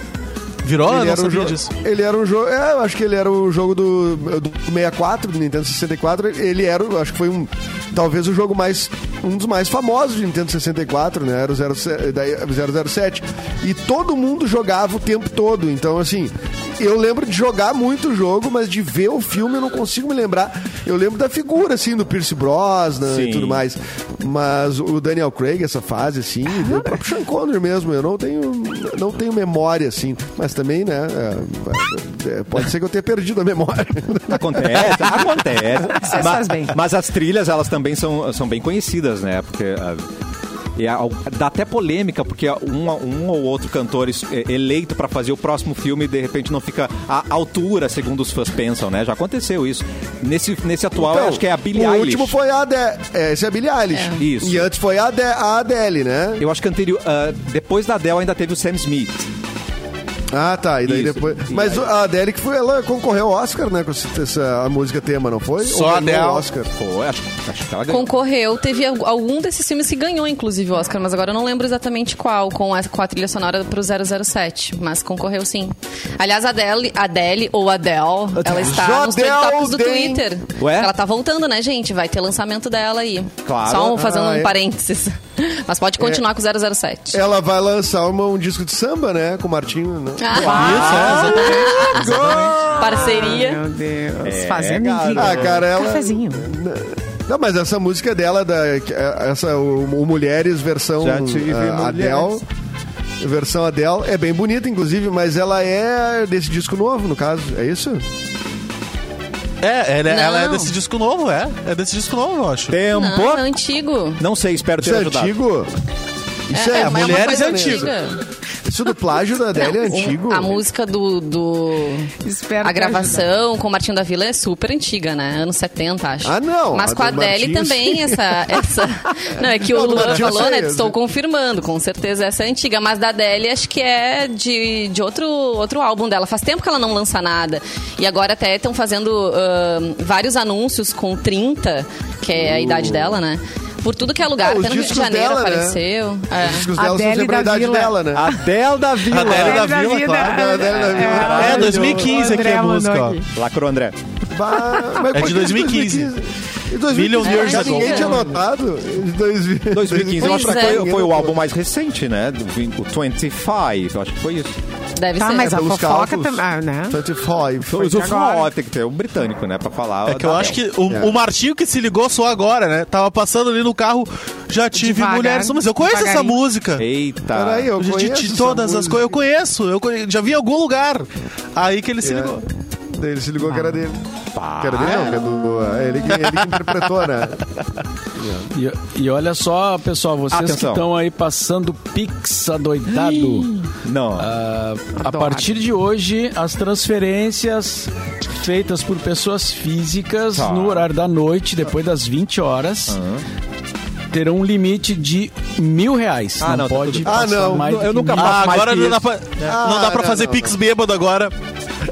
Speaker 6: Virou? Eu
Speaker 4: ele
Speaker 6: não
Speaker 4: era um
Speaker 6: sabia
Speaker 4: jogo.
Speaker 6: disso.
Speaker 4: Ele era um jogo. É, eu acho que ele era o jogo do, do 64, do Nintendo 64. Ele era, eu acho que foi um. Talvez o jogo mais. Um dos mais famosos de Nintendo 64, né? Era o 07, daí- 007. E todo mundo jogava o tempo todo. Então, assim. Eu lembro de jogar muito o jogo, mas de ver o filme eu não consigo me lembrar. Eu lembro da figura, assim, do Pierce Brosnan
Speaker 1: Sim.
Speaker 4: e tudo mais. Mas o Daniel Craig, essa fase, assim, e o próprio Sean Connery mesmo, eu não tenho, não tenho memória, assim. Mas também, né, é, é, pode ser que eu tenha perdido a memória.
Speaker 1: Acontece, acontece.
Speaker 2: Você faz bem.
Speaker 1: mas as trilhas, elas também são, são bem conhecidas, né? Porque. ah, e a- dá até polêmica, porque um, um ou outro cantor es- é, eleito pra fazer o próximo filme de repente não fica à altura, segundo os fãs pensam, né? Já aconteceu isso. Nesse, nesse atual, eu
Speaker 4: Então,
Speaker 1: acho que é a Billie
Speaker 4: O
Speaker 1: Eilish.
Speaker 4: último foi a Adele. É, esse é a Billie Eilish.
Speaker 1: É. Isso.
Speaker 4: E antes foi a, Ade- a Adele, né?
Speaker 1: Eu acho que anterior, ah, depois da Adele ainda teve o Sam Smith.
Speaker 4: Ah, tá. E daí
Speaker 1: Isso.
Speaker 4: depois.
Speaker 1: E
Speaker 4: Mas
Speaker 1: aí-
Speaker 4: a Adele que foi, ela concorreu ao Oscar, né? Com essa, essa- a música tema, não foi?
Speaker 6: Só
Speaker 4: Ou ganhou
Speaker 6: Adele.
Speaker 4: o Oscar.
Speaker 1: Pô, acho, acho que ela ganhou.
Speaker 5: Concorreu, teve al- algum desses filmes que ganhou, inclusive, o Oscar, mas agora eu não lembro exatamente qual, com a, com a trilha sonora pro 007, mas concorreu sim. Aliás, a Adele, Adele ou Adele, ela está nos
Speaker 4: Jodel
Speaker 5: trend tops do
Speaker 4: Den.
Speaker 5: Twitter.
Speaker 1: Ué?
Speaker 5: Ela tá voltando, né, gente? Vai ter lançamento dela aí.
Speaker 1: Claro.
Speaker 5: Só um- fazendo
Speaker 4: Ah,
Speaker 5: um
Speaker 4: é.
Speaker 5: parênteses. Mas pode continuar com o 007.
Speaker 4: Ela vai lançar uma- um disco de samba, né? Com o Martinho, né?
Speaker 5: Ah.
Speaker 6: Isso, é, exatamente.
Speaker 5: Parceria. É.
Speaker 2: Deus. Fazendo
Speaker 4: Ah, cara, ela.
Speaker 2: Cafezinho.
Speaker 4: Não, mas essa música é dela, da, é, essa, o, o Mulheres versão
Speaker 1: Já tive
Speaker 4: ah, Adele.
Speaker 1: mulheres.
Speaker 4: Versão Adele é bem bonita, inclusive, mas ela é desse disco novo, no caso, é isso?
Speaker 6: É, ela,
Speaker 5: Não.
Speaker 6: ela é desse disco novo, é. É desse disco novo, eu acho.
Speaker 1: Tempo.
Speaker 5: Não,
Speaker 1: Não,
Speaker 5: é antigo.
Speaker 1: sei, espero ter
Speaker 4: Isso é
Speaker 1: ajudado.
Speaker 4: antigo? Isso é,
Speaker 5: mas uma
Speaker 6: Mulheres
Speaker 5: coisa
Speaker 6: é antigo.
Speaker 4: Isso do plágio da Adele é antigo.
Speaker 5: A música do. do
Speaker 2: Espero
Speaker 5: a
Speaker 2: ter
Speaker 5: gravação com o Martinho da Vila é super antiga, né? Anos 70, acho.
Speaker 4: Ah, não.
Speaker 5: Mas
Speaker 4: A
Speaker 5: com a
Speaker 4: do
Speaker 5: Adele
Speaker 4: Martinho,
Speaker 5: também,
Speaker 4: sim.
Speaker 5: essa, essa. Não, é que
Speaker 4: Não,
Speaker 5: o
Speaker 4: do
Speaker 5: Luan
Speaker 4: Martinho eu
Speaker 5: falou,
Speaker 4: sei,
Speaker 5: né?
Speaker 4: eu
Speaker 5: Estou
Speaker 4: sei.
Speaker 5: confirmando, com certeza essa é antiga. Mas da Adele, acho que é de, de outro, outro álbum dela. Faz tempo que ela não lança nada. E agora até estão fazendo ahn, vários anúncios com 30, que é a idade dela, né? Por tudo que é lugar.
Speaker 4: Ah, Uh. os
Speaker 5: Até no Rio de
Speaker 4: discos
Speaker 5: Janeiro
Speaker 4: dela, né?
Speaker 5: apareceu.
Speaker 4: Os
Speaker 5: É.
Speaker 4: discos dela são
Speaker 2: Adele
Speaker 4: sempre
Speaker 2: da
Speaker 4: a idade
Speaker 2: Vila.
Speaker 4: dela,
Speaker 1: Ah,
Speaker 4: né?
Speaker 1: Adele da Vila.
Speaker 6: Adele da Vila,
Speaker 2: vida.
Speaker 6: claro.
Speaker 4: Adele da Vila.
Speaker 6: É,
Speaker 2: maravilhoso.
Speaker 6: 2015 aqui a
Speaker 2: André
Speaker 6: música, ó.
Speaker 2: Manoni.
Speaker 1: Lacro André.
Speaker 4: Bah, mas
Speaker 6: É
Speaker 4: por
Speaker 6: de
Speaker 4: que
Speaker 6: 2015.
Speaker 4: Em 2015
Speaker 6: Million
Speaker 5: Years
Speaker 4: já
Speaker 5: Ago.
Speaker 4: ninguém tinha notado. Em 2000
Speaker 1: 2015, eu acho que
Speaker 5: Pois é.
Speaker 1: foi, foi o álbum mais recente, né? Do vin- O 25, eu acho que foi isso.
Speaker 5: Deve
Speaker 2: Tá,
Speaker 6: É,
Speaker 5: ser.
Speaker 2: mas a
Speaker 4: pelos
Speaker 2: fofoca
Speaker 4: cálculos.
Speaker 2: também. Ah, né?
Speaker 4: 25.
Speaker 1: Foi o
Speaker 2: de agora.
Speaker 1: Fó, tem que ter um britânico, né? Pra falar.
Speaker 6: É que eu
Speaker 1: da
Speaker 6: acho
Speaker 1: Adele.
Speaker 6: que o,
Speaker 4: É.
Speaker 6: o Martinho que se ligou só agora, né? Tava passando ali no carro, já tive
Speaker 2: Devagar,
Speaker 6: mulheres. Mas eu conheço essa
Speaker 2: devagarinho.
Speaker 6: música.
Speaker 1: Eita.
Speaker 4: Peraí, eu
Speaker 6: De- de-
Speaker 4: conheço
Speaker 6: de
Speaker 4: essa
Speaker 6: todas as
Speaker 4: música.
Speaker 6: coisas. Eu conheço, eu conhe- já vi em algum lugar. Aí que ele se
Speaker 4: É.
Speaker 6: ligou.
Speaker 4: Daí Ele se ligou que era dele. Que era dele não, que é do- é ele, que, ele que interpretou, né?
Speaker 3: E, e olha só, pessoal, vocês que
Speaker 1: Atenção.
Speaker 3: estão aí passando pix adoidado.
Speaker 1: Não.
Speaker 3: Ah, a partir de hoje, as transferências feitas por pessoas físicas
Speaker 1: Tá.
Speaker 3: no horário da noite, depois das 20 horas, terão um limite de mil reais.
Speaker 1: Ah,
Speaker 3: não,
Speaker 1: não, tá
Speaker 3: pode
Speaker 1: tudo-
Speaker 4: Ah,
Speaker 3: passar
Speaker 4: não,
Speaker 3: mais
Speaker 1: eu
Speaker 3: do que
Speaker 1: nunca
Speaker 3: mil.
Speaker 1: faço
Speaker 6: Ah,
Speaker 1: mais
Speaker 6: agora
Speaker 1: que
Speaker 6: não dá,
Speaker 1: isso.
Speaker 6: pra, não dá pra
Speaker 4: É. Ah, não,
Speaker 6: fazer
Speaker 4: não, É.
Speaker 6: pix bêbado agora.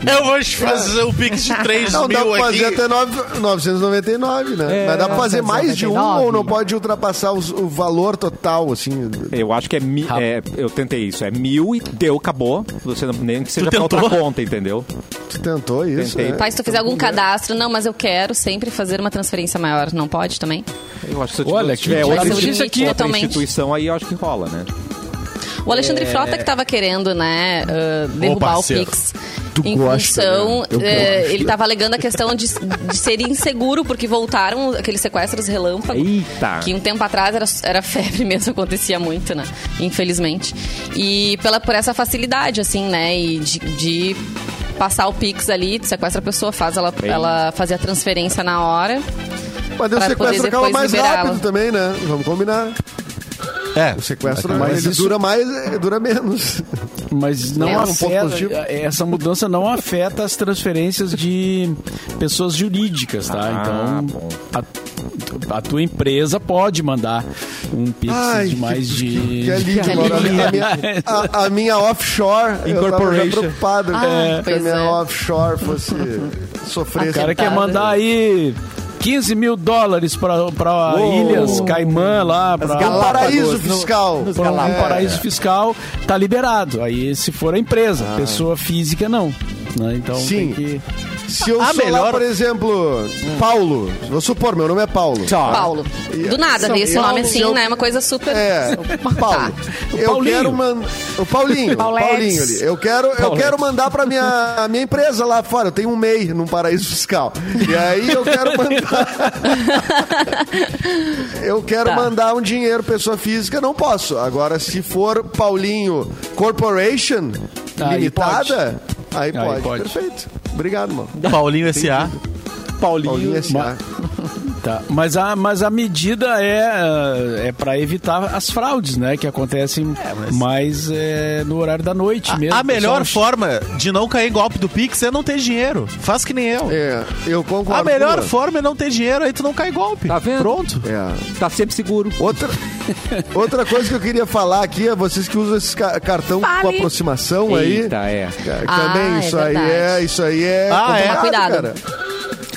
Speaker 6: Eu vou te fazer um pix de 3
Speaker 4: Não, dá
Speaker 6: mil
Speaker 4: pra
Speaker 6: aqui.
Speaker 4: fazer até nove- 999, né? Mas dá pra fazer mais de um
Speaker 3: 999.
Speaker 4: ou não pode ultrapassar os- o valor total, assim.
Speaker 1: Eu acho que é, mi,
Speaker 3: Rap-
Speaker 1: é. Eu tentei isso. É mil e deu, acabou. Você não, nem que seja pra
Speaker 6: tentou?
Speaker 1: outra conta, entendeu?
Speaker 4: Tu tentou isso,
Speaker 1: Tentei.
Speaker 4: né?
Speaker 5: Pai, se tu fizer algum cadastro, não, mas eu quero sempre fazer uma transferência maior. Não pode também?
Speaker 1: Eu acho que se eu
Speaker 3: Olha, que
Speaker 1: tiver
Speaker 3: vai
Speaker 1: outra,
Speaker 5: ser o
Speaker 1: institu-
Speaker 5: limite
Speaker 1: outra
Speaker 5: totalmente.
Speaker 1: instituição, aí eu acho que rola, né?
Speaker 5: O Alexandre
Speaker 4: É.
Speaker 5: Frota que tava querendo, né, uh, derrubar
Speaker 6: parceiro.
Speaker 5: o Pix.
Speaker 4: Tu
Speaker 5: em
Speaker 4: gosta,
Speaker 5: função,
Speaker 4: né? Eu
Speaker 5: uh,
Speaker 4: gosto.
Speaker 5: ele tava alegando a questão de, de ser inseguro, porque voltaram aqueles sequestros relâmpago.
Speaker 1: Eita.
Speaker 5: Que um tempo atrás era, era febre mesmo, acontecia muito, né? Infelizmente. E pela, por essa facilidade, assim, né? E de. de passar o Pix ali, tu sequestra a pessoa, faz ela,
Speaker 1: Bem.
Speaker 5: ela fazer a transferência na hora.
Speaker 4: Mas daí o
Speaker 5: pra poder
Speaker 4: sequestro acaba
Speaker 5: depois
Speaker 4: mais
Speaker 5: liberá-la.
Speaker 4: rápido também, né? Vamos combinar.
Speaker 6: É,
Speaker 4: O sequestro
Speaker 3: Mas
Speaker 4: ele
Speaker 3: isso-
Speaker 4: dura mais, eh, dura menos.
Speaker 3: Mas não
Speaker 5: É, um ponto
Speaker 4: positivo.
Speaker 3: afeta, é, essa mudança não afeta as transferências de pessoas jurídicas, tá?
Speaker 1: Ah,
Speaker 3: então, a, a tua empresa pode mandar um Pix
Speaker 4: Ai,
Speaker 3: de mais de...
Speaker 4: Que é alívio,
Speaker 5: Que é
Speaker 4: Mauro. A minha- A, minha, a- a minha offshore, eu tava já
Speaker 3: Incorporation.
Speaker 4: preocupado
Speaker 5: Ah,
Speaker 4: que a
Speaker 5: pois
Speaker 4: minha
Speaker 5: é.
Speaker 4: offshore fosse sofrer
Speaker 3: O cara é
Speaker 5: Acertado.
Speaker 3: quer
Speaker 4: né?
Speaker 3: mandar aí 15 mil dólares pra, pra
Speaker 1: Uou.
Speaker 3: ilhas Caimã lá, pra
Speaker 4: um
Speaker 1: Galápagos,
Speaker 4: paraíso
Speaker 1: no-
Speaker 4: fiscal.
Speaker 1: nos
Speaker 3: pra um
Speaker 1: Galápagos.
Speaker 4: É.
Speaker 3: paraíso fiscal, tá liberado. Aí se for a empresa, pessoa física não. Né? Então tem
Speaker 4: Sim.
Speaker 3: que...
Speaker 4: Se eu
Speaker 6: A
Speaker 4: sou lá,
Speaker 6: melhor-
Speaker 4: por exemplo, Paulo, vou supor, meu nome é Paulo.
Speaker 1: Tchau.
Speaker 5: Paulo.
Speaker 4: E-
Speaker 5: Do nada,
Speaker 4: São
Speaker 5: veio esse
Speaker 4: Paulo,
Speaker 5: nome assim,
Speaker 4: eu-
Speaker 5: né? Uma coisa super.
Speaker 4: É, Paulo. Eu
Speaker 3: Paulinho.
Speaker 4: quero mandar. O Paulinho. o
Speaker 2: Pauletes.
Speaker 4: Paulinho ali. Eu quero, eu quero mandar pra minha, a minha empresa lá fora. Eu tenho um MEI num paraíso fiscal. E aí eu quero mandar. eu quero
Speaker 5: Tá.
Speaker 4: mandar um dinheiro, pessoa física, não posso. Agora, se for Paulinho Corporation
Speaker 3: Aí
Speaker 4: limitada, aí pode.
Speaker 3: pode.
Speaker 4: Perfeito. Obrigado, mano.
Speaker 6: Paulinho S.A.
Speaker 1: Paulinho.
Speaker 4: Paulinho S.A.
Speaker 3: Tá. Mas, a, mas a medida é, eh, é para evitar as fraudes, né? Que acontecem mais eh, no horário da noite mesmo.
Speaker 6: É, A melhor
Speaker 3: Pessoal,
Speaker 6: forma de não cair em golpe do Pix é não ter dinheiro. Faz que nem eu.
Speaker 4: É, eu concordo.
Speaker 6: A melhor
Speaker 4: com você.
Speaker 6: forma é não ter dinheiro, aí tu não cai em golpe.
Speaker 1: Tá vendo?
Speaker 6: Pronto.
Speaker 4: É.
Speaker 1: Tá sempre seguro.
Speaker 4: Outra, outra coisa que eu queria falar aqui é vocês que usam esse ca- cartão com
Speaker 5: Fale.
Speaker 4: aproximação aí.
Speaker 1: Eita, é.
Speaker 4: Ca-
Speaker 5: Ah,
Speaker 4: Também
Speaker 5: é
Speaker 4: isso aí
Speaker 5: verdade.
Speaker 4: é, isso aí é.
Speaker 6: Ah, é?
Speaker 4: complicado,
Speaker 5: Cuidado.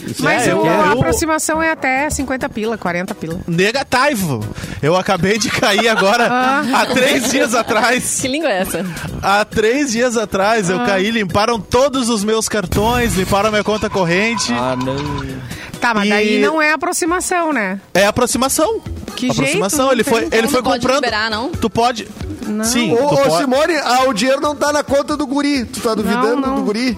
Speaker 4: Isso
Speaker 2: Mas
Speaker 6: É,
Speaker 2: o-
Speaker 6: eu-
Speaker 2: a
Speaker 6: eu-
Speaker 2: aproximação é até 50 pila, 40 pila.
Speaker 6: Negativo. tá, Eu acabei de cair agora
Speaker 2: Ah.
Speaker 6: há três dias atrás.
Speaker 5: Que língua é essa?
Speaker 6: Há três dias atrás
Speaker 2: Ah.
Speaker 6: eu caí, limparam todos os meus cartões, limparam minha conta corrente.
Speaker 1: Ah, não.
Speaker 2: Tá, mas
Speaker 6: E-
Speaker 2: daí não é aproximação, né?
Speaker 6: É aproximação.
Speaker 2: Que
Speaker 6: aproximação.
Speaker 2: jeito,
Speaker 6: ele
Speaker 2: não
Speaker 6: foi,
Speaker 2: tem
Speaker 6: ele
Speaker 5: como.
Speaker 6: foi
Speaker 5: Não pode
Speaker 6: comprando.
Speaker 5: liberar, não?
Speaker 6: Tu pode. Sim.
Speaker 4: Ô,
Speaker 6: tu
Speaker 4: ô,
Speaker 6: pode-
Speaker 4: Simone, ah, o dinheiro não tá na conta do guri. Tu tá duvidando
Speaker 2: não.
Speaker 4: do guri?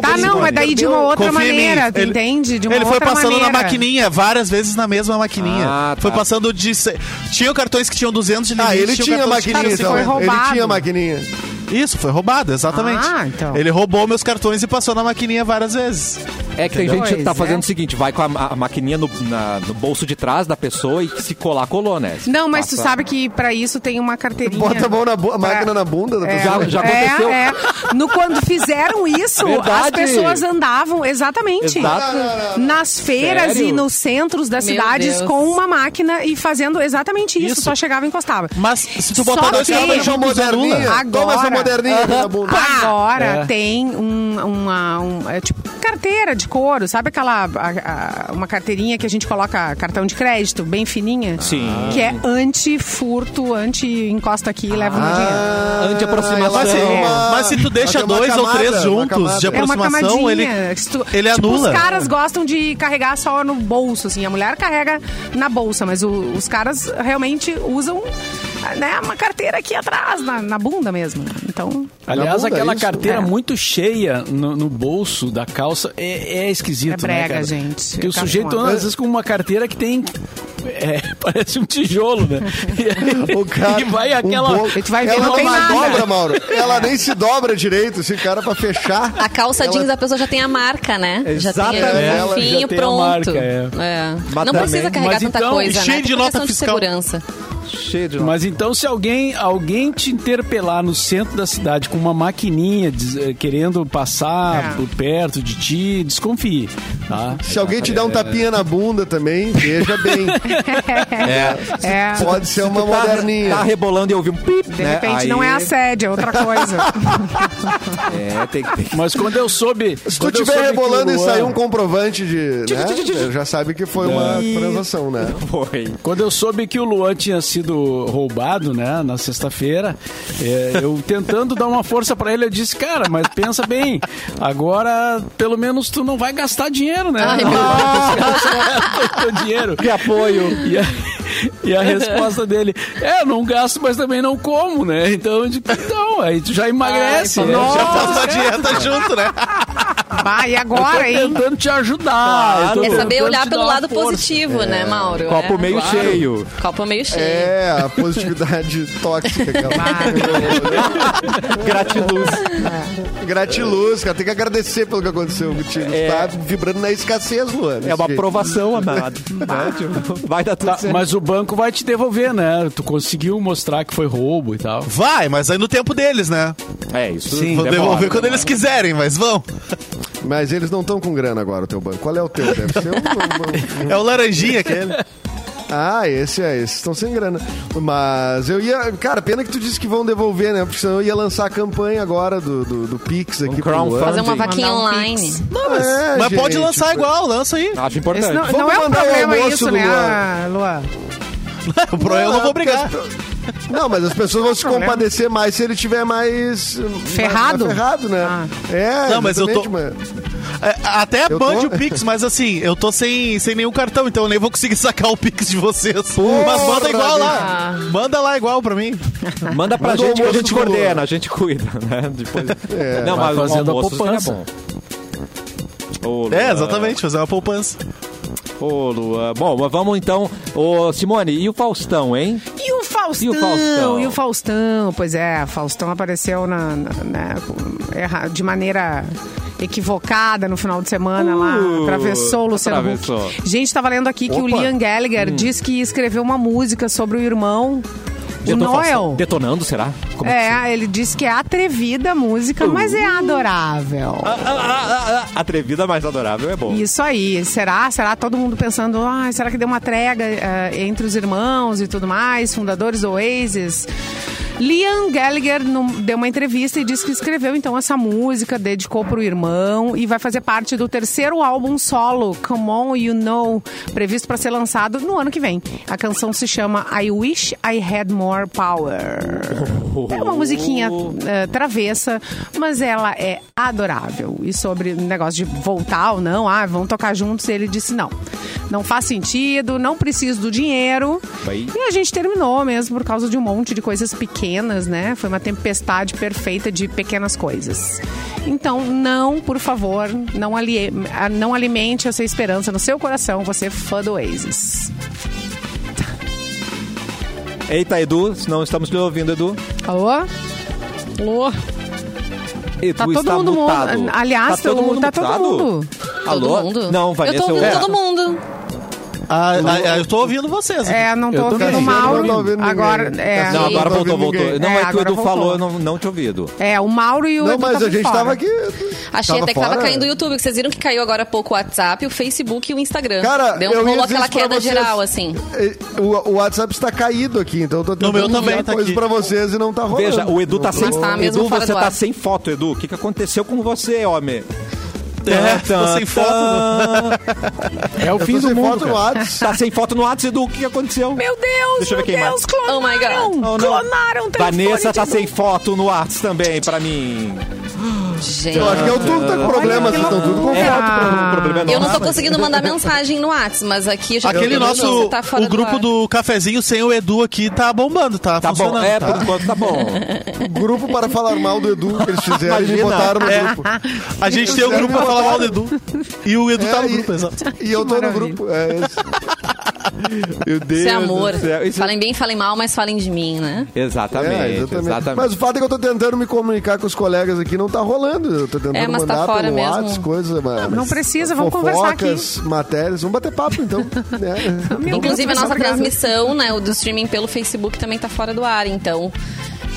Speaker 2: Tá, não, mas daí de uma outra
Speaker 6: Confia em mim.
Speaker 2: maneira, tu
Speaker 6: Ele-
Speaker 2: entende? De uma
Speaker 6: Ele foi
Speaker 2: outra
Speaker 6: passando
Speaker 2: maneira.
Speaker 6: na maquininha, várias vezes na mesma maquininha.
Speaker 1: Ah, tá.
Speaker 6: Foi passando de. se- Tinha cartões que tinham 200 de limite.
Speaker 4: Ah, ele tinha a
Speaker 6: cartões que
Speaker 4: maquininha
Speaker 6: tinham
Speaker 4: então.
Speaker 2: foi
Speaker 6: 50.
Speaker 4: Ele
Speaker 2: roubado.
Speaker 4: tinha a maquininha.
Speaker 6: Isso, foi roubado, exatamente.
Speaker 2: Ah, então.
Speaker 6: Ele roubou meus cartões e passou na maquininha várias vezes.
Speaker 1: É que tem
Speaker 2: Entendeu?
Speaker 1: gente que tá
Speaker 2: Pois
Speaker 1: fazendo
Speaker 2: é.
Speaker 1: o seguinte, vai com a, ma- a maquininha no, na- no bolso de trás da pessoa e se colar, colou, né? Se
Speaker 2: Não, mas tu
Speaker 1: passa-
Speaker 2: sabe que pra isso tem uma carteirinha.
Speaker 4: Bota a mão na bu- a máquina na bunda da pessoa.
Speaker 1: Já- já
Speaker 2: É,
Speaker 1: aconteceu?
Speaker 2: é. No, quando fizeram isso,
Speaker 1: Verdade.
Speaker 2: as pessoas andavam, exatamente,
Speaker 1: Exato.
Speaker 2: nas feiras
Speaker 1: Sério?
Speaker 2: e nos centros das
Speaker 5: Meu
Speaker 2: cidades
Speaker 5: Deus.
Speaker 2: com uma máquina e fazendo exatamente isso,
Speaker 6: Isso.
Speaker 2: só chegava e encostava.
Speaker 6: Mas se tu
Speaker 2: Só
Speaker 6: botar dois
Speaker 2: que-
Speaker 6: cartões
Speaker 4: Deixa uma
Speaker 6: juntos, anula.
Speaker 4: moderninha. Toma essa
Speaker 2: Agora.
Speaker 4: moderninha aqui na bunda.
Speaker 2: Agora
Speaker 3: É.
Speaker 2: tem um- uma, um- é tipo carteira de couro, sabe aquela a- a- uma carteirinha que a gente coloca cartão de crédito, bem fininha?
Speaker 1: Sim.
Speaker 2: Que é anti-furto, anti-encosta aqui e
Speaker 4: Ah,
Speaker 2: leva o meu dinheiro.
Speaker 1: Anti-aproximação.
Speaker 6: Mas se,
Speaker 2: É.
Speaker 6: mas se tu deixa
Speaker 4: Ela tem uma
Speaker 6: dois ou
Speaker 4: camada,
Speaker 6: três
Speaker 4: uma
Speaker 6: juntos de
Speaker 4: camada.
Speaker 2: É uma
Speaker 6: aproximação,
Speaker 2: camadinha.
Speaker 6: ele,
Speaker 2: Se tu-
Speaker 6: ele
Speaker 2: tipo,
Speaker 6: anula.
Speaker 2: Os caras gostam de carregar só no bolso, assim. A mulher carrega na bolsa, mas o- os caras realmente usam né, uma carteira aqui atrás, na, na bunda mesmo. Então,
Speaker 3: Aliás,
Speaker 4: bunda,
Speaker 3: aquela
Speaker 4: isso?
Speaker 3: carteira
Speaker 2: É.
Speaker 3: muito cheia no, no bolso da calça é, é esquisito,
Speaker 2: É brega,
Speaker 3: né, cara?
Speaker 2: gente.
Speaker 3: Porque o
Speaker 2: Ficar
Speaker 3: sujeito
Speaker 2: com a-
Speaker 3: anda, às vezes, com uma carteira que tem... é, parece um tijolo, né? E,
Speaker 4: O cara,
Speaker 3: e vai
Speaker 4: um
Speaker 3: aquela...
Speaker 4: bolo-
Speaker 2: A gente vai ver,
Speaker 4: ela
Speaker 2: não tem
Speaker 4: se
Speaker 2: nada.
Speaker 4: dobra, Mauro. Ela nem se dobra direito, esse cara pra fechar.
Speaker 5: A calça
Speaker 4: Ela-
Speaker 5: jeans da pessoa já tem a marca, né? Já
Speaker 1: Exatamente.
Speaker 5: tem ali
Speaker 4: Ela
Speaker 5: um
Speaker 4: já
Speaker 5: finho
Speaker 3: tem a
Speaker 5: pronto.
Speaker 3: marca, é.
Speaker 5: É.
Speaker 1: Mas
Speaker 5: Não precisa
Speaker 1: também-
Speaker 5: carregar
Speaker 3: mas
Speaker 5: tanta
Speaker 3: então,
Speaker 5: coisa,
Speaker 6: cheio
Speaker 5: né?
Speaker 6: de
Speaker 5: Por
Speaker 6: nota
Speaker 5: questão
Speaker 6: fiscal.
Speaker 5: de segurança.
Speaker 1: Cheio de
Speaker 3: Mas então, se alguém, alguém te interpelar no centro da cidade com uma maquininha diz- eh, querendo passar
Speaker 2: É.
Speaker 3: por perto de ti, desconfie. Tá?
Speaker 4: Se alguém te der um tapinha na bunda também, veja bem.
Speaker 2: é,
Speaker 4: Pode né? ser uma
Speaker 1: Tu tá,
Speaker 4: moderninha.
Speaker 1: tá rebolando e ouvi um pip,
Speaker 2: de repente não é assédio, é outra coisa.
Speaker 1: É, tem que ter.
Speaker 3: Mas quando eu soube.
Speaker 4: Se tu estiver rebolando e sair um comprovante de. Né, já sabe que foi uma
Speaker 1: Ih.
Speaker 4: transação, né?
Speaker 1: Foi.
Speaker 3: Quando eu soube que o Luan tinha sido roubado, né, na sexta-feira, é, eu tentando dar uma força pra ele, eu disse, cara, mas pensa bem, agora pelo menos tu não vai gastar dinheiro, né?
Speaker 6: Ah,
Speaker 5: Ai,
Speaker 3: não,
Speaker 5: meu
Speaker 3: teu dinheiro.
Speaker 1: Que apoio.
Speaker 3: E a, e a resposta dele, é, eu não gasto, mas também não como, né? Então, tipo, então, aí tu já emagrece.
Speaker 5: Ai,
Speaker 3: né?
Speaker 2: nossa.
Speaker 6: Já
Speaker 3: Já
Speaker 6: passou a dieta junto, né?
Speaker 2: Vai, e
Speaker 3: tô
Speaker 2: agora, hein?
Speaker 3: tentando te ajudar.
Speaker 1: Claro.
Speaker 3: eu
Speaker 5: É
Speaker 3: tô
Speaker 5: saber
Speaker 3: tentando te
Speaker 5: olhar
Speaker 3: dar
Speaker 5: pelo
Speaker 3: uma
Speaker 5: lado
Speaker 3: força.
Speaker 5: positivo, né, Mauro?
Speaker 1: Copo
Speaker 5: É,
Speaker 1: meio
Speaker 5: claro.
Speaker 1: cheio.
Speaker 5: Copo meio cheio.
Speaker 4: É, a positividade tóxica, cara.
Speaker 1: Gratiluz.
Speaker 4: Gratiluz, cara. Tem que agradecer pelo que aconteceu contigo. Tu
Speaker 1: É.
Speaker 4: Tá vibrando na escassez, Luan.
Speaker 1: É uma
Speaker 4: Esse-
Speaker 1: aprovação, amado. Né? Tipo, Vai dar tudo
Speaker 3: Tá,
Speaker 1: certo.
Speaker 3: mas o banco vai te devolver, né? Tu conseguiu mostrar que foi roubo e tal.
Speaker 6: Vai, mas aí no tempo deles, né?
Speaker 1: É isso.
Speaker 6: Vou
Speaker 1: demora,
Speaker 6: devolver quando
Speaker 1: demora.
Speaker 6: eles quiserem, mas vão.
Speaker 4: Mas eles não estão com grana agora, o teu banco. Qual é o teu? Deve ser um- um-
Speaker 6: É o laranjinha aquele.
Speaker 4: Ah, esse é, esses estão sem grana. Mas eu ia. Cara, pena que tu disse que vão devolver, né? Porque senão eu ia lançar a campanha agora do, do, do Pix aqui pro
Speaker 1: crowdfunding.
Speaker 4: Luan.
Speaker 5: Fazer uma
Speaker 1: Mandar um
Speaker 5: vaquinha
Speaker 2: pix.
Speaker 5: online.
Speaker 4: É,
Speaker 6: mas pode
Speaker 4: gente,
Speaker 6: lançar igual, lança aí.
Speaker 1: Acho
Speaker 2: Esse
Speaker 1: importante.
Speaker 2: não,
Speaker 4: Vamos
Speaker 2: não é um
Speaker 4: mandar o
Speaker 2: problema
Speaker 4: almoço
Speaker 2: isso,
Speaker 4: do
Speaker 2: né,
Speaker 4: Luan.
Speaker 2: ah, Luan?
Speaker 6: Pro eu não vou brigar. Tá
Speaker 4: Não, mas as pessoas vão se compadecer mais se ele tiver mais.
Speaker 2: Ferrado?
Speaker 4: mais ferrado, né?
Speaker 2: Ah.
Speaker 4: É,
Speaker 6: Não, mas eu tô-
Speaker 4: exatamente, mas-
Speaker 6: É, Até
Speaker 4: Eu
Speaker 6: bande
Speaker 4: tô-
Speaker 6: o Pix, mas assim, eu tô sem, sem nenhum cartão, então eu nem vou conseguir sacar o Pix de vocês. mas manda igual lá. Manda lá igual pra mim.
Speaker 2: é.
Speaker 1: Manda pra
Speaker 4: Manda o
Speaker 1: gente que a
Speaker 4: almoço
Speaker 1: gente
Speaker 4: do Luan.
Speaker 1: coordena, a gente cuida, né? Depois... Não,
Speaker 3: Vai
Speaker 1: mas o
Speaker 3: fazendo a
Speaker 1: almoço seria
Speaker 3: poupança.
Speaker 1: bom. Ô, Luan,
Speaker 6: É, exatamente, fazer uma poupança.
Speaker 1: Ô, Luan. Bom, mas vamos então. Ô, Simone, e o Faustão, hein?
Speaker 2: E o Faustão?
Speaker 1: E o Faustão?
Speaker 2: E o Faustão? Pois é, Faustão apareceu na, na- na- erra- de né, maneira equivocada no final de semana lá. Atravessou o Luciano
Speaker 1: Uh, atravessou. Hum.
Speaker 2: Huck. Gente, tava lendo aqui que o
Speaker 4: Opa.
Speaker 2: Liam Gallagher diz que escreveu uma música sobre o irmão. O
Speaker 1: Deton-
Speaker 2: Noel.
Speaker 1: Detonando, será? Como que-
Speaker 2: É, ele diz que é atrevida a
Speaker 1: Uh.
Speaker 2: música, mas é adorável.
Speaker 1: Ah, ah, ah, ah, ah. Atrevida, mas adorável é bom.
Speaker 2: Isso aí, será? Será todo mundo pensando, ah, será que deu uma trega eh, entre os irmãos e tudo mais, fundadores do Oasis? Liam Gallagher num- deu uma entrevista e disse que escreveu então essa música, dedicou pro irmão e vai fazer parte do terceiro álbum solo, Come On You Know, previsto para ser lançado no ano que vem. A canção se chama I Wish I Had More Power. É uma musiquinha eh, travessa, mas ela é adorável. E sobre o negócio de voltar ou não, ah, vão tocar juntos, ele disse não. Não faz sentido, não preciso do dinheiro.
Speaker 1: Aí.
Speaker 2: E a gente terminou mesmo por causa de um monte de coisas pequenas, né? Foi uma tempestade perfeita de pequenas coisas. Então, não, por favor, não, alie- ah, não alimente essa esperança no seu coração, você é fã do Oasis.
Speaker 1: Eita, Edu, se não estamos te ouvindo, Edu.
Speaker 2: Alô? Alô?
Speaker 1: Edu
Speaker 2: Tá todo
Speaker 1: está
Speaker 2: mundo mu-
Speaker 1: mutado.
Speaker 2: aliás,
Speaker 1: tá todo
Speaker 2: o-
Speaker 1: mundo
Speaker 2: tá todo
Speaker 1: mutado?
Speaker 2: mundo.
Speaker 1: Alô?
Speaker 5: Todo mundo?
Speaker 1: Não,
Speaker 5: Eu
Speaker 1: Vanessa,
Speaker 5: tô ouvindo
Speaker 1: eu-
Speaker 5: todo mundo.
Speaker 6: Ah, ah, eu tô ouvindo vocês.
Speaker 2: É, não
Speaker 3: Eu
Speaker 2: tô
Speaker 3: também.
Speaker 2: ouvindo o
Speaker 3: Eu
Speaker 2: Mauro.
Speaker 4: não tô ouvindo ninguém.
Speaker 2: agora, é,
Speaker 1: Não, agora
Speaker 4: Não
Speaker 1: voltou,
Speaker 4: ouvi
Speaker 1: voltou.
Speaker 4: ninguém.
Speaker 1: Não,
Speaker 2: É,
Speaker 1: é, que o
Speaker 2: agora
Speaker 1: Edu
Speaker 2: voltou.
Speaker 1: falou, eu não, não te ouvido.
Speaker 2: é, o Mauro e o
Speaker 4: Não,
Speaker 2: Edu
Speaker 4: mas
Speaker 2: tavam
Speaker 4: a gente
Speaker 2: fora.
Speaker 4: tava aqui.
Speaker 5: Achei até que
Speaker 4: fora.
Speaker 5: tava caindo o YouTube, que vocês viram que caiu agora há pouco o WhatsApp, o Facebook e o Instagram.
Speaker 4: Cara,
Speaker 5: Deu,
Speaker 4: eu ia
Speaker 5: rolou
Speaker 4: dizer
Speaker 5: aquela
Speaker 4: isso pra
Speaker 5: queda
Speaker 4: vocês.
Speaker 5: geral, assim.
Speaker 4: Eh, O, o WhatsApp está caído aqui, então eu tô tentando
Speaker 6: meu também
Speaker 4: enviar
Speaker 6: tá
Speaker 4: coisa
Speaker 6: aqui.
Speaker 4: pra vocês e não tá rolando.
Speaker 1: Veja, o Edu tá sem
Speaker 5: Mas tá mesmo
Speaker 1: Edu,
Speaker 5: fora
Speaker 1: você
Speaker 5: do
Speaker 1: tá
Speaker 5: ar.
Speaker 1: sem foto, Edu. O que, que aconteceu com você, homem?
Speaker 6: É, tô sem foto,
Speaker 3: É o
Speaker 4: Eu um
Speaker 3: fim
Speaker 4: tô
Speaker 3: do
Speaker 4: sem
Speaker 3: mundo.
Speaker 4: foto no
Speaker 3: cara.
Speaker 4: WhatsApp.
Speaker 1: Tá sem foto no WhatsApp, Edu. O que que aconteceu?
Speaker 2: Meu Deus,
Speaker 1: Deixa eu ver
Speaker 2: meu
Speaker 1: quem mais.
Speaker 2: Deus, clonaram,
Speaker 5: Oh,
Speaker 1: Oh, não.
Speaker 2: clonaram o telefone
Speaker 1: Vanessa
Speaker 2: de
Speaker 1: tá
Speaker 2: Edu.
Speaker 1: sem foto no WhatsApp também, pra mim.
Speaker 5: Gente.
Speaker 4: Eu acho que é o tudo tá com problema,
Speaker 2: que
Speaker 4: vocês estão tudo com
Speaker 1: É,
Speaker 4: foto.
Speaker 1: o problema é
Speaker 5: Eu não tô
Speaker 1: nosso.
Speaker 5: conseguindo mandar mensagem no WhatsApp, mas aqui eu já
Speaker 6: Aquele
Speaker 5: tô vendo que
Speaker 6: nosso,
Speaker 5: você tá fora
Speaker 6: o grupo
Speaker 5: ar.
Speaker 6: do cafezinho sem o Edu aqui tá bombando, tá,
Speaker 1: Tá bom,
Speaker 6: funcionando.
Speaker 1: é,
Speaker 6: tá.
Speaker 1: por enquanto tá bom.
Speaker 4: Grupo para falar mal do Edu que eles fizeram e me
Speaker 1: Imagina.
Speaker 4: botaram
Speaker 2: É.
Speaker 4: no grupo.
Speaker 2: Tá
Speaker 6: A gente tem o grupo pra falar mal do Edu. E o Edu
Speaker 4: É,
Speaker 6: tá no
Speaker 4: e-
Speaker 6: grupo, exato.
Speaker 4: E eu tô no
Speaker 2: maravilha.
Speaker 4: grupo. É isso.
Speaker 1: Meu Deus
Speaker 5: Isso é amor.
Speaker 1: do céu, isso- Então,
Speaker 5: Falem bem, falem mal, mas falem de mim, né?
Speaker 1: Exatamente,
Speaker 4: É,
Speaker 1: exatamente.
Speaker 4: exatamente. Mas o fato é que eu tô tentando me comunicar com os colegas aqui, não tá rolando. Eu tô tentando
Speaker 5: É, mas tá
Speaker 4: mandar
Speaker 5: fora
Speaker 4: pelo
Speaker 5: mesmo.
Speaker 4: WhatsApp, coisa, mas,
Speaker 2: não precisa, vamos conversar aqui.
Speaker 4: fofocas, matérias, vamos bater papo então. né?
Speaker 2: Meu Deus,
Speaker 5: Inclusive, a
Speaker 2: mas é
Speaker 5: nossa
Speaker 2: obrigada.
Speaker 5: transmissão, né, o do streaming pelo Facebook também tá fora do ar, então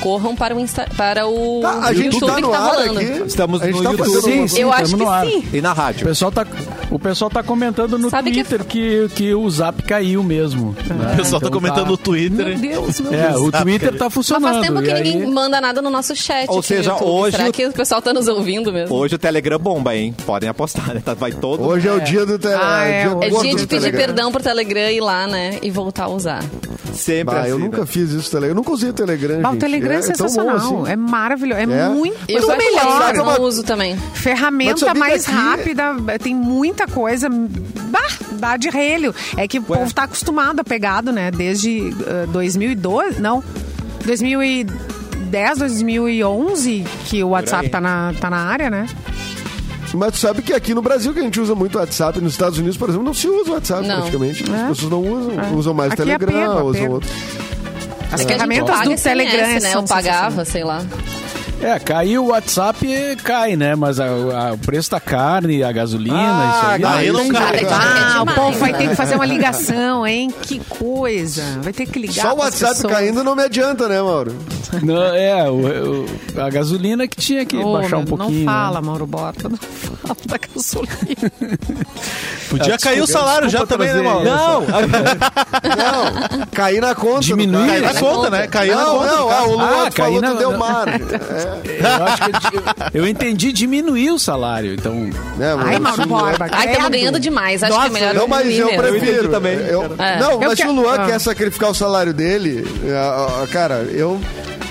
Speaker 5: corram para o, Insta para o
Speaker 4: Tá, a gente
Speaker 5: YouTube
Speaker 4: tá
Speaker 5: que
Speaker 4: no
Speaker 5: tá
Speaker 4: ar
Speaker 5: rolando.
Speaker 4: aqui.
Speaker 1: Estamos
Speaker 4: a gente
Speaker 1: no
Speaker 4: tá
Speaker 1: YouTube.
Speaker 4: fazendo
Speaker 1: Sim,
Speaker 4: alguma
Speaker 1: sim.
Speaker 4: coisa.
Speaker 5: Eu acho
Speaker 3: Tamo no ar.
Speaker 5: que sim.
Speaker 1: um E na
Speaker 3: O
Speaker 1: rádio.
Speaker 3: pessoal tá, o pessoal tá comentando no
Speaker 5: Sabe que-
Speaker 3: Twitter que... Que, o Zap caiu mesmo. né?
Speaker 6: O pessoal tá
Speaker 3: Então
Speaker 6: comentando no Twitter.
Speaker 2: Meu Deus, meu
Speaker 3: É,
Speaker 2: Deus.
Speaker 3: o Twitter tá
Speaker 5: Mas
Speaker 3: funcionando.
Speaker 5: faz tempo que
Speaker 3: e aí-
Speaker 5: ninguém manda nada no nosso chat.
Speaker 1: Ou
Speaker 5: aqui no
Speaker 1: seja,
Speaker 5: YouTube.
Speaker 1: hoje
Speaker 5: Será
Speaker 1: o-
Speaker 5: que o pessoal tá nos ouvindo mesmo?
Speaker 1: Hoje o Telegram bomba, hein? Podem apostar, né? Tá- Vai todo
Speaker 4: Hoje é o dia do Telegram.
Speaker 2: Ah, é,
Speaker 5: É
Speaker 2: Gordo
Speaker 5: dia de
Speaker 2: no
Speaker 5: pedir perdão pro Telegram e ir lá, né? E voltar a usar.
Speaker 1: sempre
Speaker 4: Bah,
Speaker 1: assim.
Speaker 4: eu
Speaker 1: né?
Speaker 4: nunca fiz isso, Telegram. Eu nunca usei o Telegram.
Speaker 2: Bah, o
Speaker 4: gente.
Speaker 2: Telegram é,
Speaker 4: tão bom
Speaker 2: sensacional,
Speaker 4: assim.
Speaker 2: é maravilhoso, é,
Speaker 4: É?
Speaker 2: muito
Speaker 5: Eu
Speaker 4: também
Speaker 5: acho que
Speaker 4: melhor,
Speaker 5: WhatsApp
Speaker 4: é uma-
Speaker 5: não uso também.
Speaker 4: Mas
Speaker 2: ferramenta
Speaker 4: sabia
Speaker 2: mais
Speaker 4: que-
Speaker 2: rápida, tem muita coisa, bah, dá de relho. É que o povo tá acostumado a pegado, né? Desde eh, 2012, não, 2010, 2011 que o WhatsApp
Speaker 1: aí.
Speaker 2: tá na, tá na área, né?
Speaker 4: Mas tu sabe que aqui no Brasil que a gente usa muito WhatsApp, nos Estados Unidos, por exemplo, não se usa o WhatsApp
Speaker 5: Não.
Speaker 4: praticamente. As pessoas não usam, usam mais
Speaker 2: Aqui é
Speaker 4: Telegram,
Speaker 2: apego,
Speaker 4: usam
Speaker 2: apego.
Speaker 4: outro.
Speaker 2: As
Speaker 5: É que a gente
Speaker 2: ferramentas
Speaker 5: paga
Speaker 2: do Telegram
Speaker 5: né?
Speaker 2: são
Speaker 5: Eu pagava, sei lá.
Speaker 3: É, caiu o WhatsApp, cai, né? Mas a- a- o preço da carne, a gasolina,
Speaker 1: Ah,
Speaker 3: isso aí.
Speaker 1: daí
Speaker 3: aí
Speaker 6: não
Speaker 3: sim.
Speaker 6: cai.
Speaker 5: Cara,
Speaker 2: Ah,
Speaker 5: é
Speaker 2: o
Speaker 5: demais,
Speaker 2: povo vai
Speaker 5: né?
Speaker 2: ter que fazer uma ligação, hein? Que coisa. Vai ter que ligar
Speaker 4: Só o
Speaker 2: pras
Speaker 4: WhatsApp
Speaker 2: pessoas.
Speaker 4: caindo não me adianta, né, Mauro?
Speaker 3: Não, é, o- o- a gasolina que tinha que
Speaker 2: Ô,
Speaker 3: baixar um
Speaker 2: meu,
Speaker 3: pouquinho.
Speaker 2: Não fala,
Speaker 3: né?
Speaker 2: Mauro Borba. Não fala da gasolina.
Speaker 3: Ah,
Speaker 6: Podia cair o salário já também, né, Mauro?
Speaker 1: Não,
Speaker 4: Não, cair na conta. do
Speaker 3: Diminui.
Speaker 4: cara.
Speaker 6: Caiu na
Speaker 5: Na
Speaker 6: conta,
Speaker 5: conta.
Speaker 6: né? Caiu na
Speaker 4: Não,
Speaker 6: conta.
Speaker 4: não, ah, o
Speaker 3: Ah,
Speaker 4: Luan
Speaker 3: cair
Speaker 4: falou
Speaker 3: na-
Speaker 4: que deu
Speaker 3: na-
Speaker 4: margem. Né,
Speaker 3: Eu, acho que eu, eu entendi diminuir o salário, então.
Speaker 4: É, né,
Speaker 2: Ai, Mauro Borba.
Speaker 5: Ai,
Speaker 2: credo.
Speaker 5: estamos ganhando demais. Acho que é melhor
Speaker 4: Não, mas
Speaker 5: diminuir
Speaker 4: eu
Speaker 5: mesmo.
Speaker 4: prefiro.
Speaker 1: Eu também.
Speaker 4: Eu-
Speaker 5: É.
Speaker 4: Não,
Speaker 2: Eu
Speaker 4: mas se
Speaker 2: que-
Speaker 4: o Luan
Speaker 2: Ah.
Speaker 4: quer sacrificar o salário dele, ah, ah, cara, eu.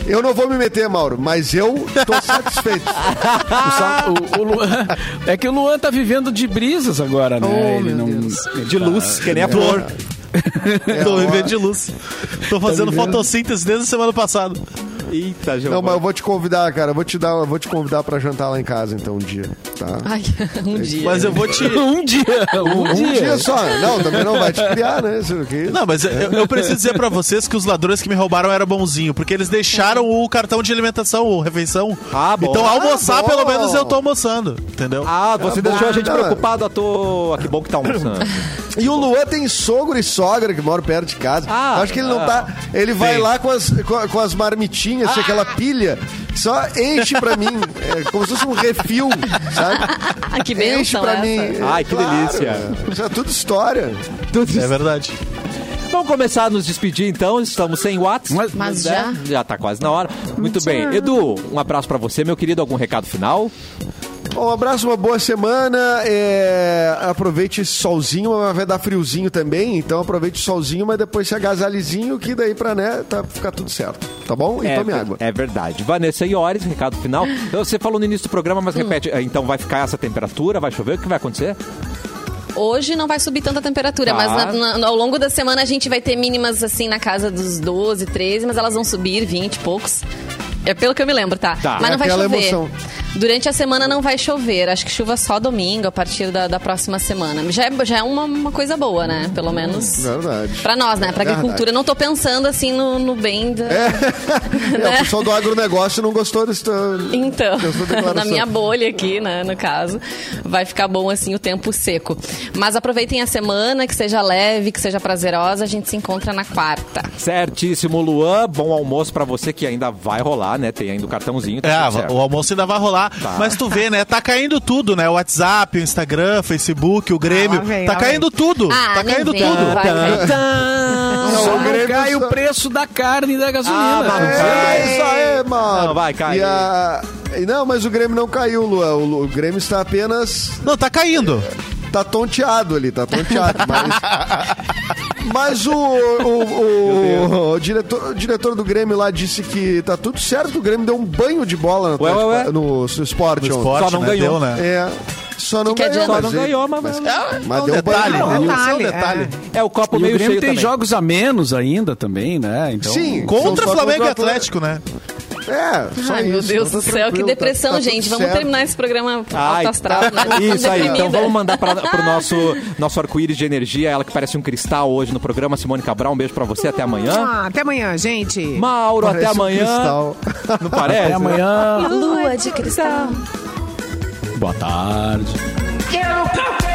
Speaker 4: Eu não vou me meter, Mauro, mas eu tô satisfeito.
Speaker 3: O sa- o- o Luan- é que o Luan tá vivendo de brisas agora, né?
Speaker 2: Oh,
Speaker 3: Ele
Speaker 2: meu
Speaker 3: não-
Speaker 2: Deus.
Speaker 3: ele
Speaker 1: de
Speaker 3: tá-
Speaker 1: luz, que nem a flor.
Speaker 6: Tô vivendo de luz. Tô fazendo
Speaker 3: vivendo.
Speaker 6: fotossíntese desde a semana passada.
Speaker 1: Eita, Giovana.
Speaker 4: Não, mas eu vou te convidar, cara. Eu vou te dar, eu vou te convidar para jantar lá em casa então um dia, tá?
Speaker 5: Ai, um dia.
Speaker 6: Mas eu vou te.
Speaker 3: Um dia, um,
Speaker 4: Um dia só. Não, também não vai te criar, né? Isso aqui.
Speaker 6: Não, mas eu, eu preciso dizer pra vocês que os ladrões que me roubaram eram bonzinho, porque eles deixaram o cartão de alimentação, ou refeição.
Speaker 1: Ah, bom.
Speaker 6: Então, almoçar,
Speaker 4: Ah, bom.
Speaker 6: pelo menos eu tô almoçando, entendeu?
Speaker 1: Ah, você
Speaker 4: Tá
Speaker 1: deixou
Speaker 4: bom.
Speaker 1: a gente
Speaker 4: Não.
Speaker 1: preocupado à toa. Que bom que tá almoçando.
Speaker 4: E o Luan tem sogro e sogra que moram perto de casa.
Speaker 1: Ah,
Speaker 4: Acho que ele não tá. Ele vai lá com as, com, com as marmitinhas, assim,
Speaker 1: Ah.
Speaker 4: aquela pilha, só enche pra mim. É como se fosse um refil, sabe?
Speaker 5: Ah, que
Speaker 4: enche
Speaker 5: bênção
Speaker 4: pra
Speaker 5: essa.
Speaker 4: mim.
Speaker 1: Ai, que delícia.
Speaker 4: Isso é tudo história.
Speaker 6: É verdade.
Speaker 1: Vamos começar a nos despedir então, estamos sem Whats.
Speaker 3: Mas-
Speaker 5: Mas
Speaker 1: né?
Speaker 5: já?
Speaker 1: Já tá quase na hora. Muito bem. Edu, um abraço pra você, meu querido. Algum recado final?
Speaker 4: Bom, um abraço, uma boa semana. É, aproveite esse solzinho, mas vai dar friozinho também. Então aproveite o solzinho, mas depois se agasalhezinho, que daí pra né, tá, ficar tudo certo. Tá bom? E
Speaker 1: é,
Speaker 4: tome
Speaker 1: ver-
Speaker 4: água.
Speaker 1: é verdade. Vanessa Iores, recado final. Então, Você falou no início do programa,
Speaker 5: Hum.
Speaker 1: mas repete. É, Então vai ficar essa temperatura, vai chover, o que vai acontecer?
Speaker 5: Hoje não vai subir tanta temperatura,
Speaker 1: Tá.
Speaker 5: mas na- na- ao longo da semana a gente vai ter mínimas assim na casa dos 12, 13, mas elas vão subir 20 e poucos. É pelo que eu me lembro, tá?
Speaker 1: Tá.
Speaker 5: Mas
Speaker 4: É
Speaker 5: não vai
Speaker 4: aquela
Speaker 5: chover.
Speaker 4: emoção.
Speaker 5: Durante a semana não vai chover. Acho que chuva só domingo, a partir da, da próxima semana. Já é, já é uma, uma coisa boa, né? Pelo menos.
Speaker 4: Verdade.
Speaker 5: Pra nós, né? Pra
Speaker 4: Verdade.
Speaker 5: agricultura. Não tô pensando assim no, no bem né? da.
Speaker 4: É,
Speaker 1: né?
Speaker 4: o pessoal do agronegócio não gostou desse.
Speaker 5: Então,
Speaker 4: Eu sou declaração.
Speaker 5: na minha bolha aqui, né, no caso, vai ficar bom assim o tempo seco. Mas aproveitem a semana, que seja leve, que seja prazerosa. A gente se encontra na quarta.
Speaker 1: Certíssimo, Luan. Bom almoço pra você que ainda vai rolar, né? Tem ainda o cartãozinho. tá
Speaker 6: É,
Speaker 1: tudo certo.
Speaker 6: o almoço ainda vai rolar. Mas tu vê, né? Tá caindo tudo, né? O WhatsApp, o Instagram, o Facebook, o Grêmio.
Speaker 2: lá vem,
Speaker 6: tá
Speaker 2: lá
Speaker 6: caindo tudo.
Speaker 5: Ah,
Speaker 6: tá
Speaker 5: nem
Speaker 6: caindo
Speaker 5: vem.
Speaker 6: tudo.
Speaker 5: Vai, vai.
Speaker 4: Não,
Speaker 3: Só
Speaker 4: o
Speaker 3: não
Speaker 4: Grêmio
Speaker 3: cai
Speaker 4: só-
Speaker 3: o preço da carne e da
Speaker 1: Ah,
Speaker 3: gasolina.
Speaker 1: mas não
Speaker 4: É
Speaker 1: sei.
Speaker 4: isso aí, mano.
Speaker 1: Não, vai, cai.
Speaker 4: E a- e Não, mas o Grêmio não caiu, Luan. O, Lu- o Grêmio está apenas.
Speaker 6: Não, tá caindo.
Speaker 4: Tá tonteado ali, tá tonteado. mas. Mas o, o, o- o diretor, o diretor do Grêmio lá disse que tá tudo certo. O Grêmio deu um banho de bola no,
Speaker 1: Ué, ué, ué.
Speaker 4: Atlético- no, no esporte.
Speaker 6: No
Speaker 4: ontem.
Speaker 1: Só
Speaker 6: esporte,
Speaker 1: não
Speaker 6: né?
Speaker 1: ganhou.
Speaker 6: Deu, né?
Speaker 4: É. Só não
Speaker 5: Que que
Speaker 4: ganhou.
Speaker 5: adianta?
Speaker 1: Só não ganhou, mas-
Speaker 4: mas
Speaker 6: É um
Speaker 4: deu
Speaker 6: detalhe,
Speaker 4: banho.
Speaker 6: né?
Speaker 2: detalhe,
Speaker 6: É um detalhe.
Speaker 2: é.
Speaker 1: É o copo
Speaker 3: E o
Speaker 1: meio
Speaker 3: Grêmio
Speaker 1: cheio
Speaker 3: tem
Speaker 1: também.
Speaker 3: jogos a menos ainda também, né? Então,
Speaker 4: Sim.
Speaker 6: Contra
Speaker 4: São só
Speaker 6: Flamengo e
Speaker 4: contra o
Speaker 6: Atlético, né?
Speaker 4: É, só
Speaker 5: Ai,
Speaker 4: isso.
Speaker 5: meu Deus
Speaker 4: Tá
Speaker 5: do céu, que
Speaker 4: tranquilo, tá-
Speaker 5: depressão,
Speaker 4: tá tudo
Speaker 5: gente. Vamos
Speaker 4: certo.
Speaker 5: terminar esse programa
Speaker 1: Ai, tá.
Speaker 5: alto astral, né?
Speaker 1: Isso aí, então
Speaker 5: Deprimida.
Speaker 1: vamos mandar para o nosso, nosso arco-íris de energia, ela que parece um cristal hoje no programa. Simone Cabral, um beijo para você, até amanhã.
Speaker 2: Ah, até amanhã, gente.
Speaker 1: Mauro, até
Speaker 4: Parece um
Speaker 1: amanhã.
Speaker 4: cristal.
Speaker 1: Não parece?
Speaker 3: até amanhã.
Speaker 5: Lua de cristal.
Speaker 3: Boa tarde.
Speaker 8: Quero café!